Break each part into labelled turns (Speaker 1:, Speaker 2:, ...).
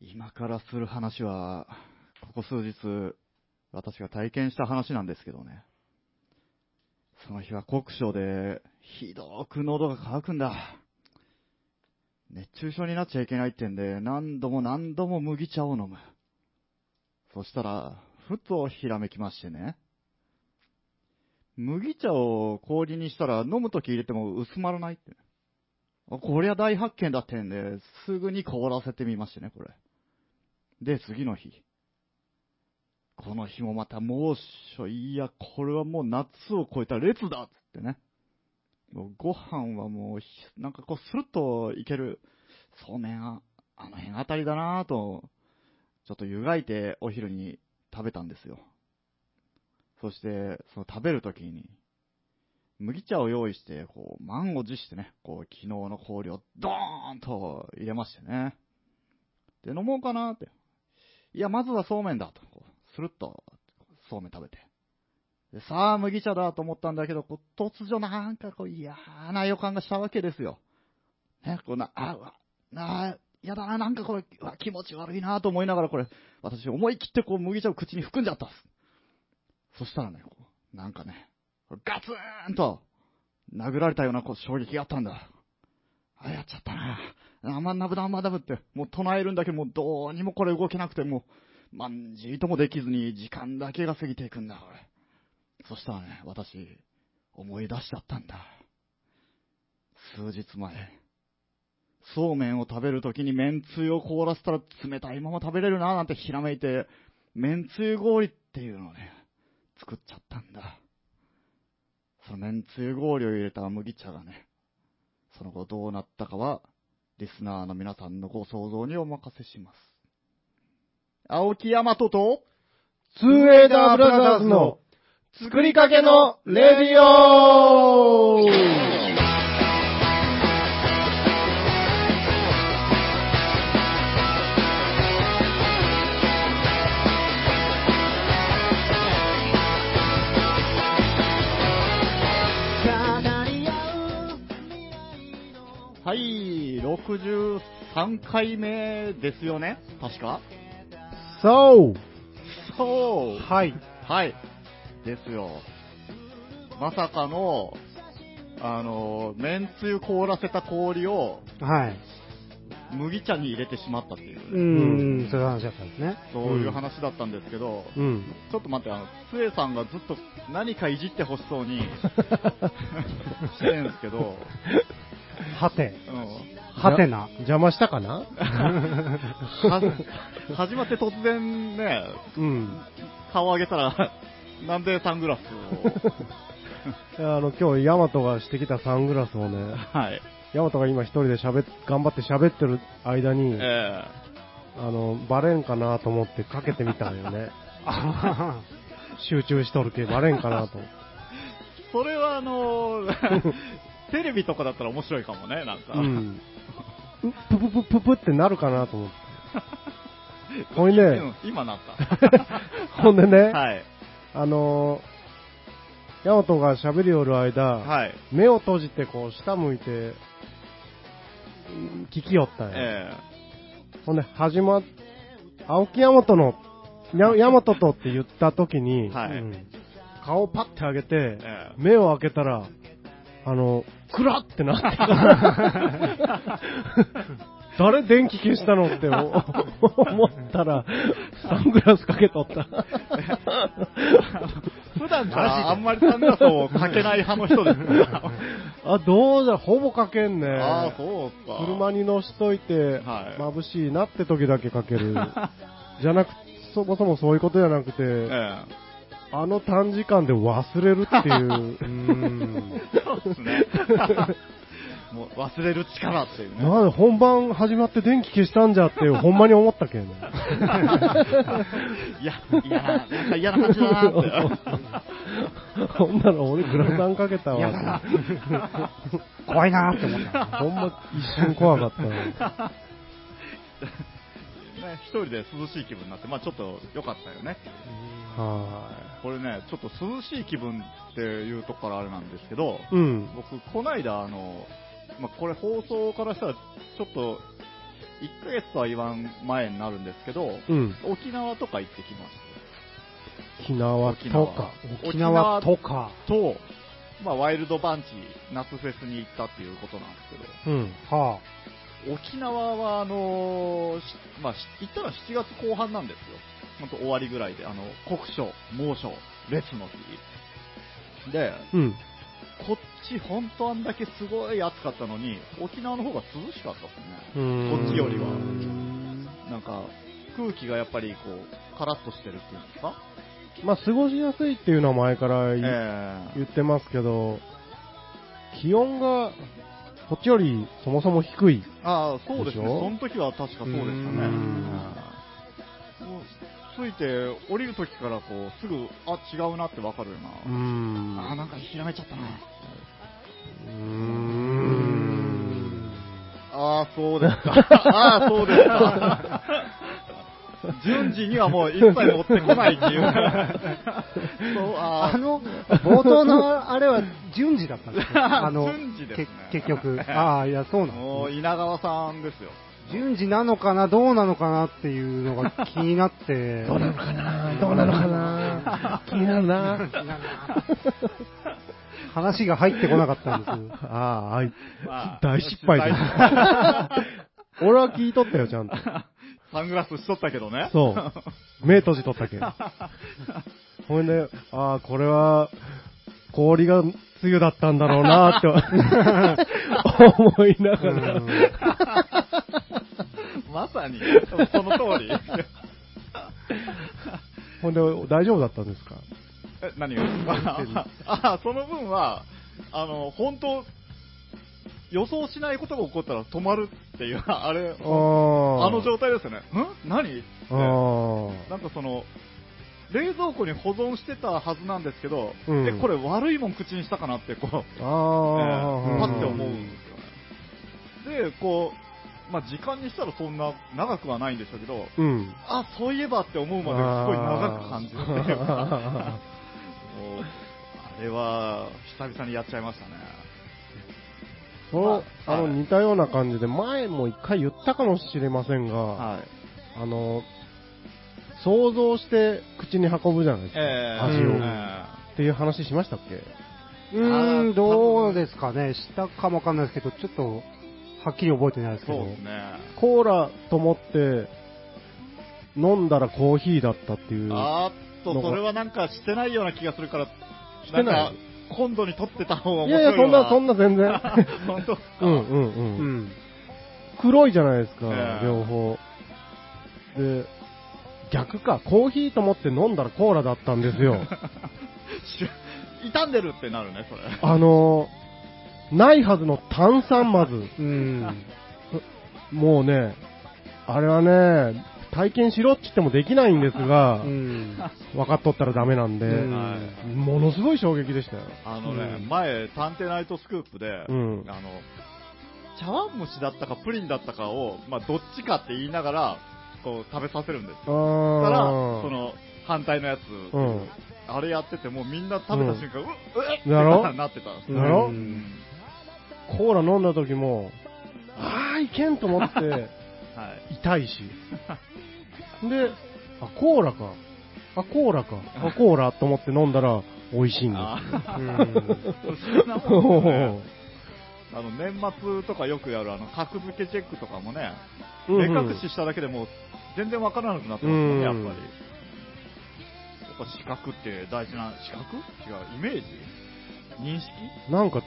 Speaker 1: 今からする話は、ここ数日、私が体験した話なんですけどね。その日は酷暑で、ひどく喉が渇くんだ。熱中症になっちゃいけないってんで、何度も何度も麦茶を飲む。そしたら、ふとひらめきましてね。麦茶を氷にしたら飲むとき入れても薄まらないって。あこりゃ大発見だってんで、すぐに凍らせてみましてね、これ。で、次の日。この日もまた猛暑、いや、これはもう夏を超えた列だっつってね。もうご飯はもうひ、なんかこう、スルッといける、そうめんあ、あの辺あたりだなぁと、ちょっと湯がいてお昼に食べたんですよ。そして、その食べるときに、麦茶を用意して、こう、満を持してね、こう、昨日の氷をドーンと入れましてね。で、飲もうかなって。いや、まずはそうめんだと。こうスルッと、そうめん食べて。でさあ、麦茶だと思ったんだけど、こう突如なんかこう嫌な予感がしたわけですよ。ね、こうな、あ、うわ、あ、やだな、なんかこれ、うわ気持ち悪いなと思いながらこれ、私思い切ってこう麦茶を口に含んじゃったんです。そしたらね、こうなんかね、ガツーンと殴られたようなこう衝撃があったんだ。あ、やっちゃったな。あまんなぶだまだぶって、もう唱えるんだけど、もうどうにもこれ動けなくて、もう、まんじりともできずに時間だけが過ぎていくんだ、これ。そしたらね、私、思い出しちゃったんだ。数日前、そうめんを食べるときにめんつゆを凍らせたら冷たいまま食べれるなぁなんてひらめいて、めんつゆ氷っていうのをね、作っちゃったんだ。そのめんつゆ氷を入れた麦茶がね、その後どうなったかは、リスナーの皆さんのご想像にお任せします。青木山とと、
Speaker 2: ツーエイダーブラザーズの作りかけのレディオ
Speaker 1: はい、63回目ですよね、確か。
Speaker 2: そう
Speaker 1: そう、
Speaker 2: はい。
Speaker 1: はい、ですよ。まさかの、あの、めんつゆ凍らせた氷を
Speaker 3: はい。
Speaker 1: 麦茶に入れてしまったっていうう、
Speaker 3: ん、
Speaker 2: うん
Speaker 3: そういう話だったんですね。
Speaker 1: そういう話だったんですけど、
Speaker 3: うん。
Speaker 1: ちょっと待って、あの、つえさんがずっと何かいじってほしそう にしてるんですけど、
Speaker 3: はて、
Speaker 1: うん
Speaker 3: はてな。
Speaker 2: 邪魔したか な
Speaker 1: は始まって突然ね、
Speaker 3: うん。
Speaker 1: 顔上げたら、 なんでサングラスを、
Speaker 2: あの、今日、ヤマトがしてきたサングラスを ね、
Speaker 1: はい、
Speaker 2: ヤマトが今一人で喋っ、頑張って喋ってる間に、
Speaker 1: え
Speaker 2: あの、バレんかなと思ってかけてみたんよね。
Speaker 3: あ
Speaker 2: 集中しとるけ、バレんかなと。
Speaker 1: えそれはあの、 テレビとかだったら面白いかもね、なんか。
Speaker 2: うん。プププププってなるかなと思って。 これね
Speaker 1: うん今なった。
Speaker 2: ほんで ね、
Speaker 1: はい、
Speaker 2: あのー、ヤマトが喋りよる間、
Speaker 1: はい、
Speaker 2: 目を閉じてこう下向いて、聞きよったんや。
Speaker 1: え
Speaker 2: ほんで始まっ、青木ヤマトの、やヤマトとって言った時
Speaker 1: え
Speaker 2: に、
Speaker 3: あ。
Speaker 1: はい、
Speaker 3: うん
Speaker 2: 顔をパッて上げて、
Speaker 1: ええ
Speaker 2: 目を開けたら、あの、クラって なってた。誰電気消したのってお思ったら、サングラスかけとった。
Speaker 1: 普段からあんまりサングラスをかけない派の人です から。
Speaker 2: あ、どうじゃ、ほぼかけんね。
Speaker 1: ああ、そうか。
Speaker 2: 車に乗しといて、
Speaker 1: はい
Speaker 2: 眩しいなって時だけかける。じゃなく、そもそもそういうことじゃなくて、
Speaker 1: え
Speaker 2: あの短時間で忘れるっていう。
Speaker 3: うん。
Speaker 1: えそうです ね。もう忘れる力っていうね。
Speaker 2: なんで本番始まって電気消したんじゃって、ほんまに思ったけんね。
Speaker 1: いや、いや、なんか嫌な感じだな って。
Speaker 2: ほんなら俺グラサンかけた
Speaker 3: いやだ
Speaker 2: わ
Speaker 3: な。怖いなーって思った。
Speaker 2: ほんま一瞬怖かったな。
Speaker 1: ね、一人で涼しい気分になって、まあちょっと良かったよね。
Speaker 2: は
Speaker 1: これね、ちょっと涼しい気分っていうとこからあれなんですけど、
Speaker 2: ーい。うん。
Speaker 1: 僕、こないだ、あの、まあこれ放送からしたら、ちょっと、 1ヶ月とは言わん前になるんですけど、
Speaker 2: うん。
Speaker 1: 沖縄とか行ってきまし
Speaker 2: 沖縄と
Speaker 1: 沖縄
Speaker 2: か。
Speaker 3: 沖縄とか。
Speaker 1: た。と、まあ、ワイルドバンチ、夏フェスに行ったっていうことなんですけ
Speaker 2: うん。
Speaker 3: は
Speaker 1: ど、沖縄は、あのーしまあ、し行ったのは7月後半なんですよ。ほんと終わりぐらいで、あの、酷暑、猛暑、烈の日。で、
Speaker 2: うん。
Speaker 1: こっち本当あんだけすごい暑かったのに、沖縄の方が涼しかったですね。
Speaker 2: うーん
Speaker 1: こっちよりはなんか空気がやっぱりこうカラッとしてるっていうんですか、
Speaker 2: まあ、過ごしやすいっていうのは前から
Speaker 1: え
Speaker 2: 言,、
Speaker 1: え
Speaker 2: ってますけど、気温が、こっちよりそもそも低い。
Speaker 1: ああそうですね
Speaker 2: でしょ
Speaker 1: その時は確かそうでしたね
Speaker 3: うーん
Speaker 1: うんもうついて降りる時からこうすぐあ違うなってわかるよ
Speaker 2: うー
Speaker 1: な、
Speaker 2: ん。
Speaker 1: ああなんかひらめいちゃったな
Speaker 2: うー
Speaker 3: あ。うー
Speaker 2: ん
Speaker 3: ん。
Speaker 1: ああそうですかああそうですか順次にはもう一切持ってこないっていうそうあー
Speaker 3: あの、冒頭のあれは順次だったんです かあの、
Speaker 1: 順次ですね
Speaker 3: け結局。ああ、いや、そうな
Speaker 1: も
Speaker 3: の
Speaker 1: う。稲川さんですよ
Speaker 3: 順次なのかな、どうなのかなっていうのが気になっ て。
Speaker 2: どうなのかなどうなのかな 気になるな
Speaker 3: 話が入ってこなかったんです。
Speaker 2: ああ、あい、
Speaker 1: まあ
Speaker 2: 大失敗だ 俺は聞いとったよ、ちゃんと。
Speaker 1: サングラスしとったけどね。
Speaker 2: そう。目閉じとったけん。ほんで、ああ、これは、氷が梅雨だったんだろうな って思いながら。
Speaker 3: うん
Speaker 1: まさに、その通り。
Speaker 2: ほんで、大丈夫だったんですか
Speaker 1: え何がです かあ、 その分は、あの、本当、予想しないことが起こったら止まるっていう、 あれ、
Speaker 2: あ
Speaker 1: あ
Speaker 2: あ
Speaker 1: の状態ですよね。ん何って。
Speaker 2: ああ。
Speaker 1: なんかその、冷蔵庫に保存してたはずなんですけど、
Speaker 2: うん
Speaker 1: え、これ悪いもん口にしたかなって、こう、えー
Speaker 2: ああ。
Speaker 1: パッて思うんですよね。で、こう、まあ、時間にしたらそんな長くはないんでしょうけど、
Speaker 2: うん。
Speaker 1: あ、そういえばって思うまですごい長く感じるっていうか
Speaker 2: あ
Speaker 1: もうあれは、久々にやっちゃいましたね。
Speaker 2: その、
Speaker 1: まあ
Speaker 2: あの、
Speaker 1: はい
Speaker 2: 似たような感じで、前も一回言ったかもしれませんが、
Speaker 1: はい。
Speaker 2: あの、想像して口に運ぶじゃないですか、
Speaker 1: えー、
Speaker 2: 味を、
Speaker 3: うん
Speaker 2: っ
Speaker 1: え
Speaker 2: ていう話しましたっけ
Speaker 3: うーん、どうですかね。したかもわかんないですけど、ちょっと、はっきり覚えてないです
Speaker 1: ー
Speaker 3: け
Speaker 1: そう
Speaker 3: ど
Speaker 1: で。すね。
Speaker 2: コーラと思って、飲んだらコーヒーだったっていう。
Speaker 1: あーっと、それはなんかしてないような気がするから、
Speaker 2: してない
Speaker 1: んか今度に取ってた方が
Speaker 2: い
Speaker 1: 面白
Speaker 2: や
Speaker 1: い
Speaker 2: いや、そんな、そん
Speaker 1: な。
Speaker 2: な全然。
Speaker 1: 本当ですか
Speaker 2: うんうんうん。
Speaker 3: うん。
Speaker 2: 黒いじゃないですか、
Speaker 1: ええ
Speaker 2: 両方。で、逆か、コーヒーと思って飲んだらコーラだったんですよ。
Speaker 1: し傷んでるってなるね、それ。
Speaker 2: あのー、ないはずの炭酸まず。
Speaker 3: うん。
Speaker 2: もうね、あれはね、体験しろって言ってもできないんですが、
Speaker 3: うん。
Speaker 2: 分かっとったらダメなんで、
Speaker 3: うん
Speaker 1: はい
Speaker 2: ものすごい衝撃でしたよ。
Speaker 1: あのね、
Speaker 3: うん
Speaker 1: 前、探偵ナイトスクープで、
Speaker 2: うん
Speaker 1: あの、茶碗蒸しだったかプリンだったかを、まあ、どっちかって言いながら、こう、食べさせるんですよ。だから、
Speaker 2: あ
Speaker 1: その、反対のやつ、
Speaker 2: うん
Speaker 1: あれやってて、もうみんな食べた瞬間、うっ、うっ、
Speaker 2: だろ
Speaker 1: ってなってたんですよ
Speaker 2: だろ
Speaker 3: うん
Speaker 2: コーラ飲んだ時も、あーいけんと思って、
Speaker 1: はい。
Speaker 2: 痛いし。で、あ、コーラか。あ、コーラか。あ、コーラと思って飲んだら、美味しいん
Speaker 1: あ
Speaker 2: です。
Speaker 1: ー
Speaker 3: うん
Speaker 1: 不 思議なもんですねあの年末とかよくやるあの格付けチェックとかもね、
Speaker 2: うん
Speaker 1: 目
Speaker 2: うん
Speaker 1: 隠ししただけでもう全然わからなくなってますもんね、やっぱり。
Speaker 2: うん
Speaker 1: やっぱ視覚って大事な、視覚違う、イメージ認識
Speaker 2: なんか、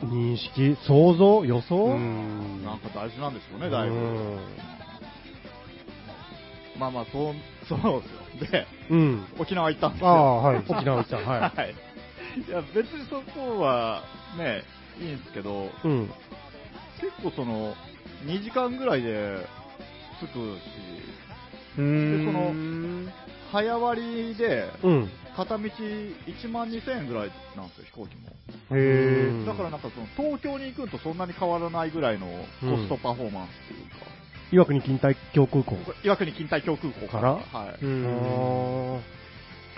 Speaker 2: 認識、想像、予想、
Speaker 3: うん
Speaker 1: なんか大事なんでしょうね、だいぶ。まあまあ、そう、 そうですよ。で、
Speaker 2: うん。
Speaker 1: 沖縄行ったんです
Speaker 3: あ
Speaker 1: よ。
Speaker 3: あ、はい。
Speaker 2: 沖縄行った、はい。
Speaker 1: はい。いや、別にそこはね、いいんですけど、
Speaker 2: うん。
Speaker 1: 結構その、2時間ぐらいで着くし、
Speaker 3: うーん。
Speaker 1: 早割りで、
Speaker 2: うん。
Speaker 1: 片道1万2000円ぐらいなんですよ、飛行機も。
Speaker 3: へえ。
Speaker 1: だからなんかその、東京に行くのとそんなに変わらないぐらいのコストパフォーマンスっていうか、
Speaker 2: 岩国近代峡空港。
Speaker 1: これ岩国近代峡空港から。は
Speaker 3: う
Speaker 1: い。
Speaker 3: ん。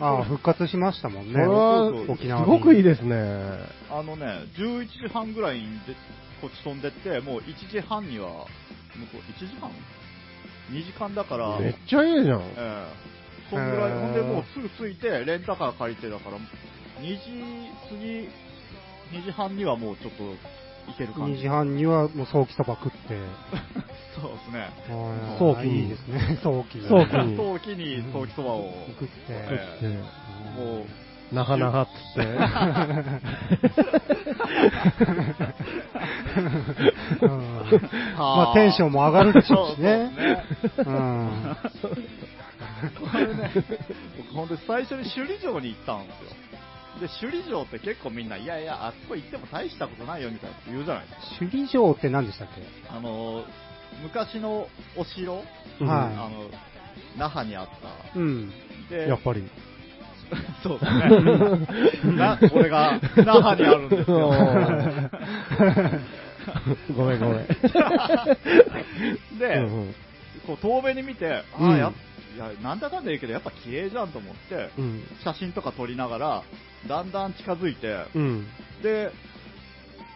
Speaker 2: あ
Speaker 3: ああ、復活しましたもん
Speaker 2: ー
Speaker 3: ね。
Speaker 1: そうそうそう
Speaker 2: こ
Speaker 3: 沖
Speaker 2: れ
Speaker 3: 縄
Speaker 2: は、す
Speaker 3: に
Speaker 2: ごくいいですね。
Speaker 1: あのね、11時半ぐらいにでこっち飛んでって、もう1時半には向こう1時間 ?2 時間だから、
Speaker 2: めっちゃええじゃん。
Speaker 1: ええそんぐら
Speaker 3: へ
Speaker 1: い、
Speaker 3: ー
Speaker 1: ほんでもうすぐ着いて、レンタカー借りてだから、2時過ぎ、2時半にはもうちょっと行ける感
Speaker 3: 2
Speaker 1: じ。
Speaker 3: 時半にはもう早期そば食って、
Speaker 1: そうですね。
Speaker 3: あー
Speaker 2: 早期に
Speaker 3: いいですね、 早期に。
Speaker 2: 早期に
Speaker 1: 陶器に陶器そばを、
Speaker 3: 食って、
Speaker 1: ええ
Speaker 2: ね
Speaker 1: もう、
Speaker 2: なはなはっつって。
Speaker 3: うんまあテンションも上がるでしょうしね
Speaker 1: そうそうですね
Speaker 3: うん
Speaker 1: これね、僕本当に最初に首里城に行ったんですよ。で、首里城って結構みんな、いやいや、あそこ行っても大したことないよみたいなこと言うじゃないです
Speaker 3: 首里城って何でしたっけ
Speaker 1: か。あのー、昔のお城、
Speaker 2: うん
Speaker 1: あ
Speaker 3: は
Speaker 1: の、那覇にあった。
Speaker 3: い。うん。
Speaker 1: で、
Speaker 2: やっぱり。
Speaker 1: そうですね。な、これが、那覇にあるんですよ
Speaker 2: お。ー ごめんごめん。
Speaker 1: で、
Speaker 2: うんうん
Speaker 1: こう遠目に見て、あ
Speaker 2: うん
Speaker 1: あ、やっいや、なんだかんだ言うけど、やっぱ綺麗じゃんと思って、
Speaker 2: うん。
Speaker 1: 写真とか撮りながら、だんだん近づいて、
Speaker 2: うん。
Speaker 1: で、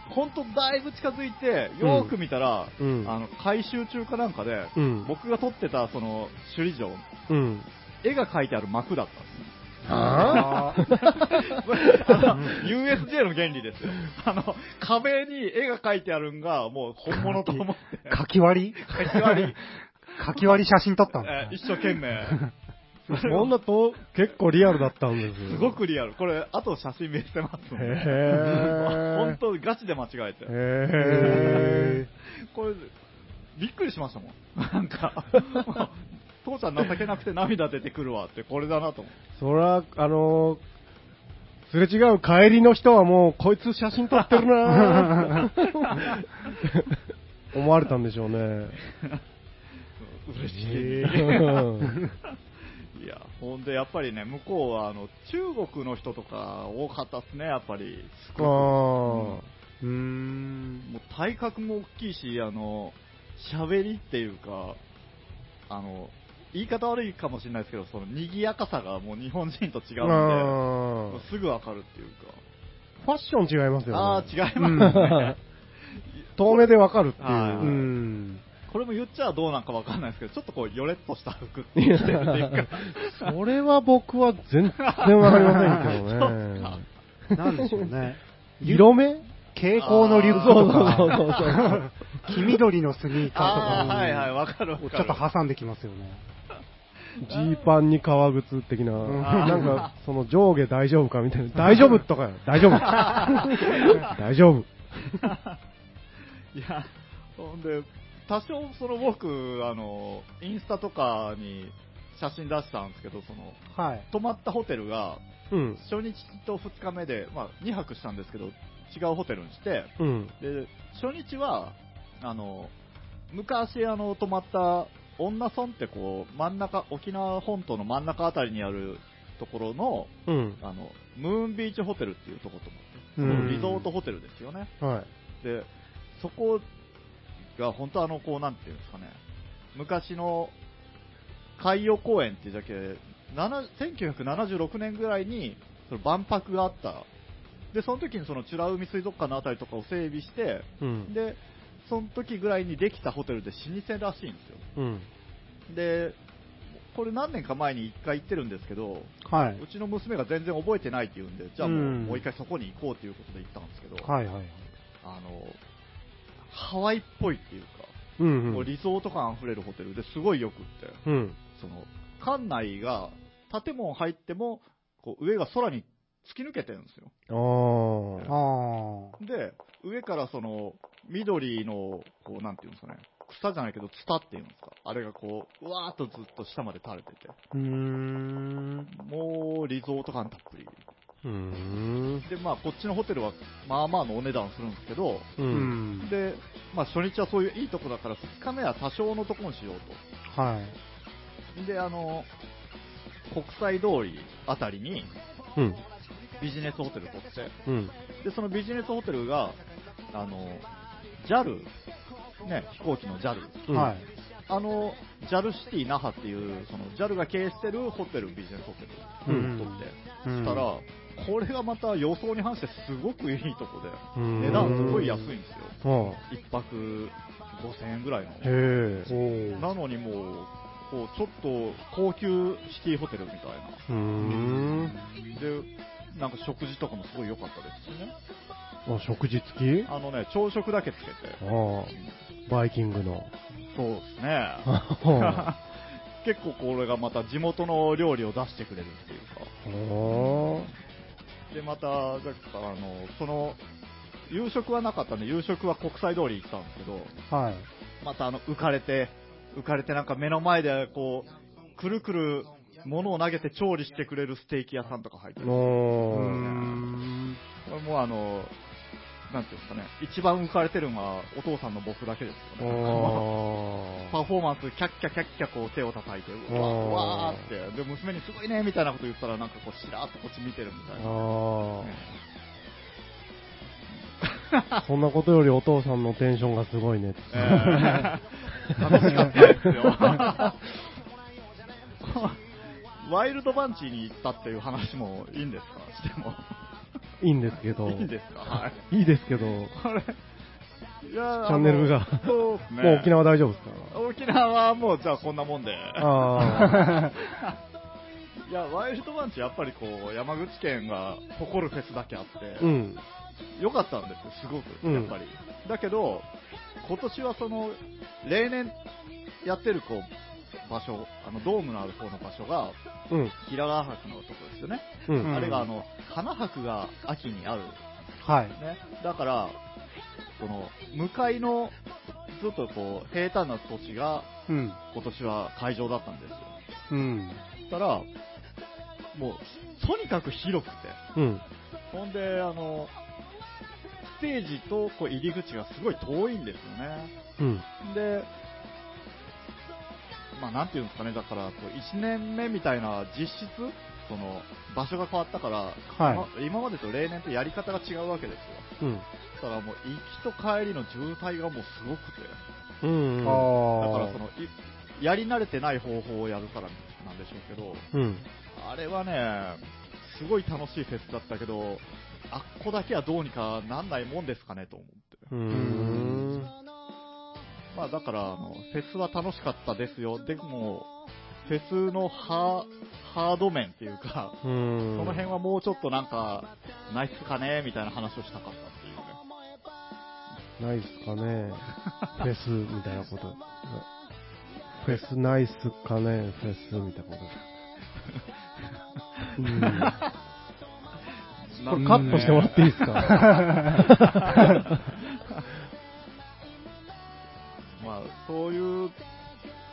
Speaker 1: ほんとだいぶ近づいて、よーく見たら、
Speaker 2: うん
Speaker 1: あの改修中かなんかで、
Speaker 2: うん
Speaker 1: 僕が撮ってたその首里城、
Speaker 2: うん。
Speaker 1: 絵が描いてある幕だったんですね。
Speaker 2: は
Speaker 1: これ あの USJ の原理ですよ。あの、壁に絵が描いてあるんが、もう本物と思って、
Speaker 3: かき割り
Speaker 1: 描き割り、
Speaker 3: かき割り写真撮ったんだ
Speaker 1: え。一生懸命。
Speaker 2: ぁそんなと、結構リアルだったんですよ。
Speaker 1: すごくリアル。これ、あと写真見せてますの
Speaker 2: へ
Speaker 1: で。
Speaker 2: ぇ
Speaker 1: 本当ガチで間違えて。
Speaker 2: へ
Speaker 1: これ、びっくりしましたもん。なんか、 父ちゃん情けなくて涙出てくるわって、これだなと思って。
Speaker 2: ーそら、あのー、すれ違う帰りの人はもう、こいつ写真撮ってる なぁ思われたんでしょうね。
Speaker 1: 嬉し
Speaker 2: へ
Speaker 1: い。 いや、ほんで、やっぱりね、向こうは、あの、中国の人とか多かったっすね、やっぱり。す
Speaker 2: あ
Speaker 1: ご
Speaker 2: ー
Speaker 3: うーん
Speaker 1: く。もう体格も大きいし、あの、喋りっていうか、あの、言い方悪いかもしれないですけど、その賑やかさがもう日本人と違うん
Speaker 2: あ
Speaker 1: で
Speaker 2: ー、
Speaker 1: すぐわかるっていうか。
Speaker 2: ファッション違いますよね。
Speaker 1: ああ、違いますね。
Speaker 2: 遠目でわかるっていう。
Speaker 1: はいう
Speaker 3: ーん。
Speaker 1: これも言っちゃどうなんかわかんないですけど、ちょっとこう、よれっとした服っていうか、
Speaker 2: それは僕は全然わかりませんけど
Speaker 1: そっか
Speaker 2: ね。
Speaker 3: なんでしょうね。
Speaker 2: 色目
Speaker 3: 蛍光のリュックと
Speaker 2: そうそうそう
Speaker 3: か、黄緑のスニーカーとか
Speaker 1: ああ、はいはい、
Speaker 3: も
Speaker 1: わかるわかる。
Speaker 3: ちょっと挟んできますよね。
Speaker 2: ジーパンに革靴的な、
Speaker 3: ん
Speaker 2: なんかその上下大丈夫かみたいな、大丈夫とかよ大 丈夫大丈夫
Speaker 1: いや、ほんで、多少、その僕、あの、インスタとかに写真出したんですけど、その、
Speaker 3: はい。
Speaker 1: 泊まったホテルが、
Speaker 2: うん、
Speaker 1: 初日と2日目で、まあ、2泊したんですけど、違うホテルにして、
Speaker 2: うん、
Speaker 1: で、初日は、あの、昔、あの、泊まった、女村ってこう、真ん中、沖縄本島の真ん中あたりにあるところの、
Speaker 2: うん、
Speaker 1: あの、ムーンビーチホテルっていうところと
Speaker 2: うん
Speaker 1: リゾートホテルですよね。
Speaker 2: はい。
Speaker 1: で、そこが本当あの、こう、なんていうんですかね、昔の海洋公園っていうだけで、7 1976年ぐらいにその万博があった。で、その時にその美ら海水族館のあたりとかを整備して、
Speaker 2: うん、
Speaker 1: で、その時ぐらいにできたホテルで老舗らしいんですよ。
Speaker 2: うん、
Speaker 1: で、これ何年か前に一回行ってるんですけど、
Speaker 3: は
Speaker 1: う
Speaker 3: い。
Speaker 1: ちの娘が全然覚えてないって言うんで、じゃあもう,、
Speaker 3: うん
Speaker 1: もう一回そこに行こうということで行ったんですけど、
Speaker 3: はいはい。
Speaker 1: あの、ハワイっぽいっていうか、
Speaker 2: うん、
Speaker 1: もうリゾート感あふれるホテルですごいよくって、
Speaker 2: うん、
Speaker 1: その、館内が建物入っても、こう上が空に突き抜けてるんですよ。
Speaker 2: あー
Speaker 3: ああ。
Speaker 1: で、上からその、緑の、こう、なんていうんですかね、草じゃないけど、ツタっていうんですか。あれがこう、うわーっとずっと下まで垂れてて。
Speaker 3: うーん。
Speaker 1: もう、リゾート感たっぷり。
Speaker 2: うーん、
Speaker 1: で、まあ、こっちのホテルは、まあまあのお値段するんですけど、
Speaker 2: う、
Speaker 3: うんん。
Speaker 1: で、まあ、初日はそういういいとこだから、2日目は多少のとこにしよう
Speaker 3: はい。
Speaker 1: と。で、あの、国際通りあたりに
Speaker 2: うん、
Speaker 1: ビジネスホテル取って、
Speaker 2: うん、
Speaker 1: で、そのビジネスホテルが、あの、JAL、ね、飛行機の JAL、
Speaker 2: うん
Speaker 3: はい。
Speaker 1: あの、 JAL シティ那覇っていう、その JAL が経営してるホテル、ビジネスホテル
Speaker 2: うん
Speaker 1: を取って、
Speaker 3: う
Speaker 1: し
Speaker 3: ん
Speaker 1: たら、これがまた予想に反してすごくいいとこで、
Speaker 2: うん
Speaker 1: 値段すごい安いんですよ。
Speaker 2: は
Speaker 1: 一泊5000円ぐらい
Speaker 2: あ、へ
Speaker 1: の。
Speaker 2: え。
Speaker 1: なのにもう、こうちょっと高級シティホテルみたいな。
Speaker 2: うーん。
Speaker 1: で、なんか食事とかもすごい良かったですしね。
Speaker 2: あ、食事付きあ
Speaker 1: あのね、朝食だけつけて。
Speaker 2: あ、バイキングの。
Speaker 1: そうですね。
Speaker 2: あ
Speaker 1: 結構これがまた地元の料理を出してくれるっていうか。
Speaker 2: ー
Speaker 1: で、また、だからあの、その、夕食はなかったんで、夕食は国際通り行ったんですけど、
Speaker 3: はい。
Speaker 1: またあの、浮かれて、浮かれてなんか目の前でこう、くるくる物を投げて調理してくれるステーキ屋さんとか入ってる。こ
Speaker 2: お
Speaker 3: う
Speaker 2: ー
Speaker 3: ーん
Speaker 1: れもうあの、なんていうんですかね、一番浮かれてるのはお父さんの僕だけですよね。
Speaker 2: あ
Speaker 1: パフォーマンス、キャッキャキャッキャこう手を叩いて、うわーうわーって、で、娘にすごいね、みたいなこと言ったら、なんかこう、しらーっとこっち見てるみたいな。
Speaker 2: ー
Speaker 1: ね
Speaker 2: あー。そんなことよりお父さんのテンションがすごいねって。
Speaker 1: えー楽しかったです よ。ワイルドバンチーに行ったっていう話もいいんですかしても。
Speaker 2: いいんですけど。
Speaker 1: いいんですかはい。
Speaker 2: いいですけど、
Speaker 1: これ、いやー
Speaker 2: チャンネルが
Speaker 1: あのそうですね。
Speaker 2: もう沖縄大丈夫ですか
Speaker 1: 沖縄はもうじゃあこんなもんで。
Speaker 2: あ
Speaker 1: いや、ワイルドバンチやっぱりこう、山口県が誇るフェスだけあって、
Speaker 2: ーうん。
Speaker 1: 良かったんですよ、すごく、
Speaker 2: うん
Speaker 1: やっぱり。だけど、今年はその、例年やってるこう、場所、あの、ドームのある方の場所が、
Speaker 2: うん。
Speaker 1: 平川博のところですよね。
Speaker 2: うん。
Speaker 1: あれがあの、花博が秋にある。
Speaker 3: はい。
Speaker 1: ね。だから、その、向かいの、ずっとこう、平坦な土地が、
Speaker 3: うん。
Speaker 1: 今年は会場だったんですよ。
Speaker 3: うん。
Speaker 1: そしたら、もう、とにかく広くて、
Speaker 2: うん。
Speaker 1: ほんで、あの、ステージとこう入り口がすごい遠いんですよね。
Speaker 2: うん。
Speaker 1: で、まあなんていうんですかね、だからこう1年目みたいな実質、その場所が変わったから、
Speaker 2: は
Speaker 1: 今今までと例年とやり方が違うわけですよ。
Speaker 2: うん。
Speaker 1: だからもう行きと帰りの渋滞がもうすごくて、
Speaker 2: うん。
Speaker 3: あ
Speaker 1: だ
Speaker 3: あ。
Speaker 1: からその、いやり慣れてない方法をやるからなんでしょうけど、
Speaker 2: うん。
Speaker 1: あれはね、すごい楽しいフェスだったけど、あっこだけはどうにかなんないもんですかねと思って。
Speaker 2: うーん。
Speaker 1: まあだから、あのフェスは楽しかったですよ。でも、フェスのハーハード面っていうか、
Speaker 2: う
Speaker 1: そ
Speaker 2: ん。
Speaker 1: の辺はもうちょっとなんか、ないっすかねみたいな話をしたかったっていうね。
Speaker 2: ないっすか ね。フェスみたいなこと。フェスないっすかね。フェスみたいなこと。うん、これカットしてもらっていいです か
Speaker 1: まあ、そういう、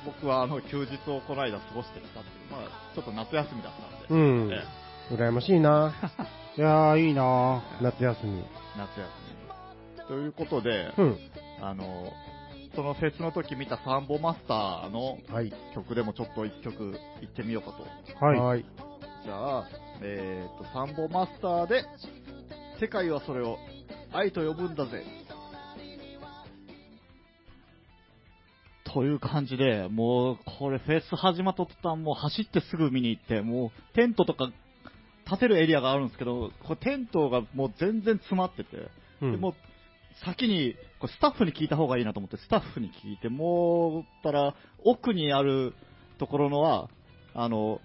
Speaker 1: 僕はあの休日をこの間過ごしてきたっていう、まあ、ちょっと夏休みだったんで、
Speaker 2: うん
Speaker 1: ええ。
Speaker 2: 羨ましいな。
Speaker 3: いやー、いいな
Speaker 2: 夏休み。
Speaker 1: 夏休み。ということで、
Speaker 2: うん。
Speaker 1: あの、そのフェスの時見たサンボマスターの
Speaker 2: はい。
Speaker 1: 曲でもちょっと一曲いってみようかと。
Speaker 3: ー。
Speaker 2: は
Speaker 3: はい。
Speaker 2: い。
Speaker 1: じゃあ、えっ、と、サンボマスターで、世界はそれを愛と呼ぶんだぜ。という感じで、もう、これフェス始まった途端、もう走ってすぐ見に行って、もう、テントとか、立てるエリアがあるんですけど、これテントがもう全然詰まってて、
Speaker 2: うん
Speaker 1: でもう先に、これスタッフに聞いた方がいいなと思って、スタッフに聞いて、もう、たら、奥にあるところのは、あの、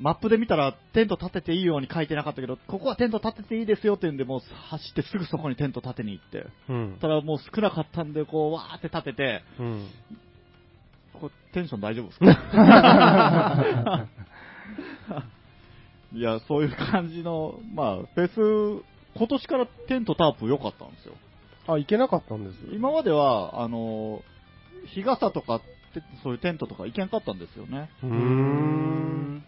Speaker 1: マップで見たらテント立てていいように書いてなかったけど、ここはテント立てていいですよって言うんで、もう走ってすぐそこにテント立てに行って、
Speaker 2: うん
Speaker 1: た。らもう少なかったんで、こう、わーって立てて、
Speaker 2: うん。
Speaker 1: これテンション大丈夫です かいや、そういう感じの、まあ、フェス、今年からテントタープ良かったんですよ。
Speaker 2: あ、行けなかったんです。
Speaker 1: 今までは、あの、日傘とかって、そういうテントとか行けんかったんですよね。
Speaker 2: うーん。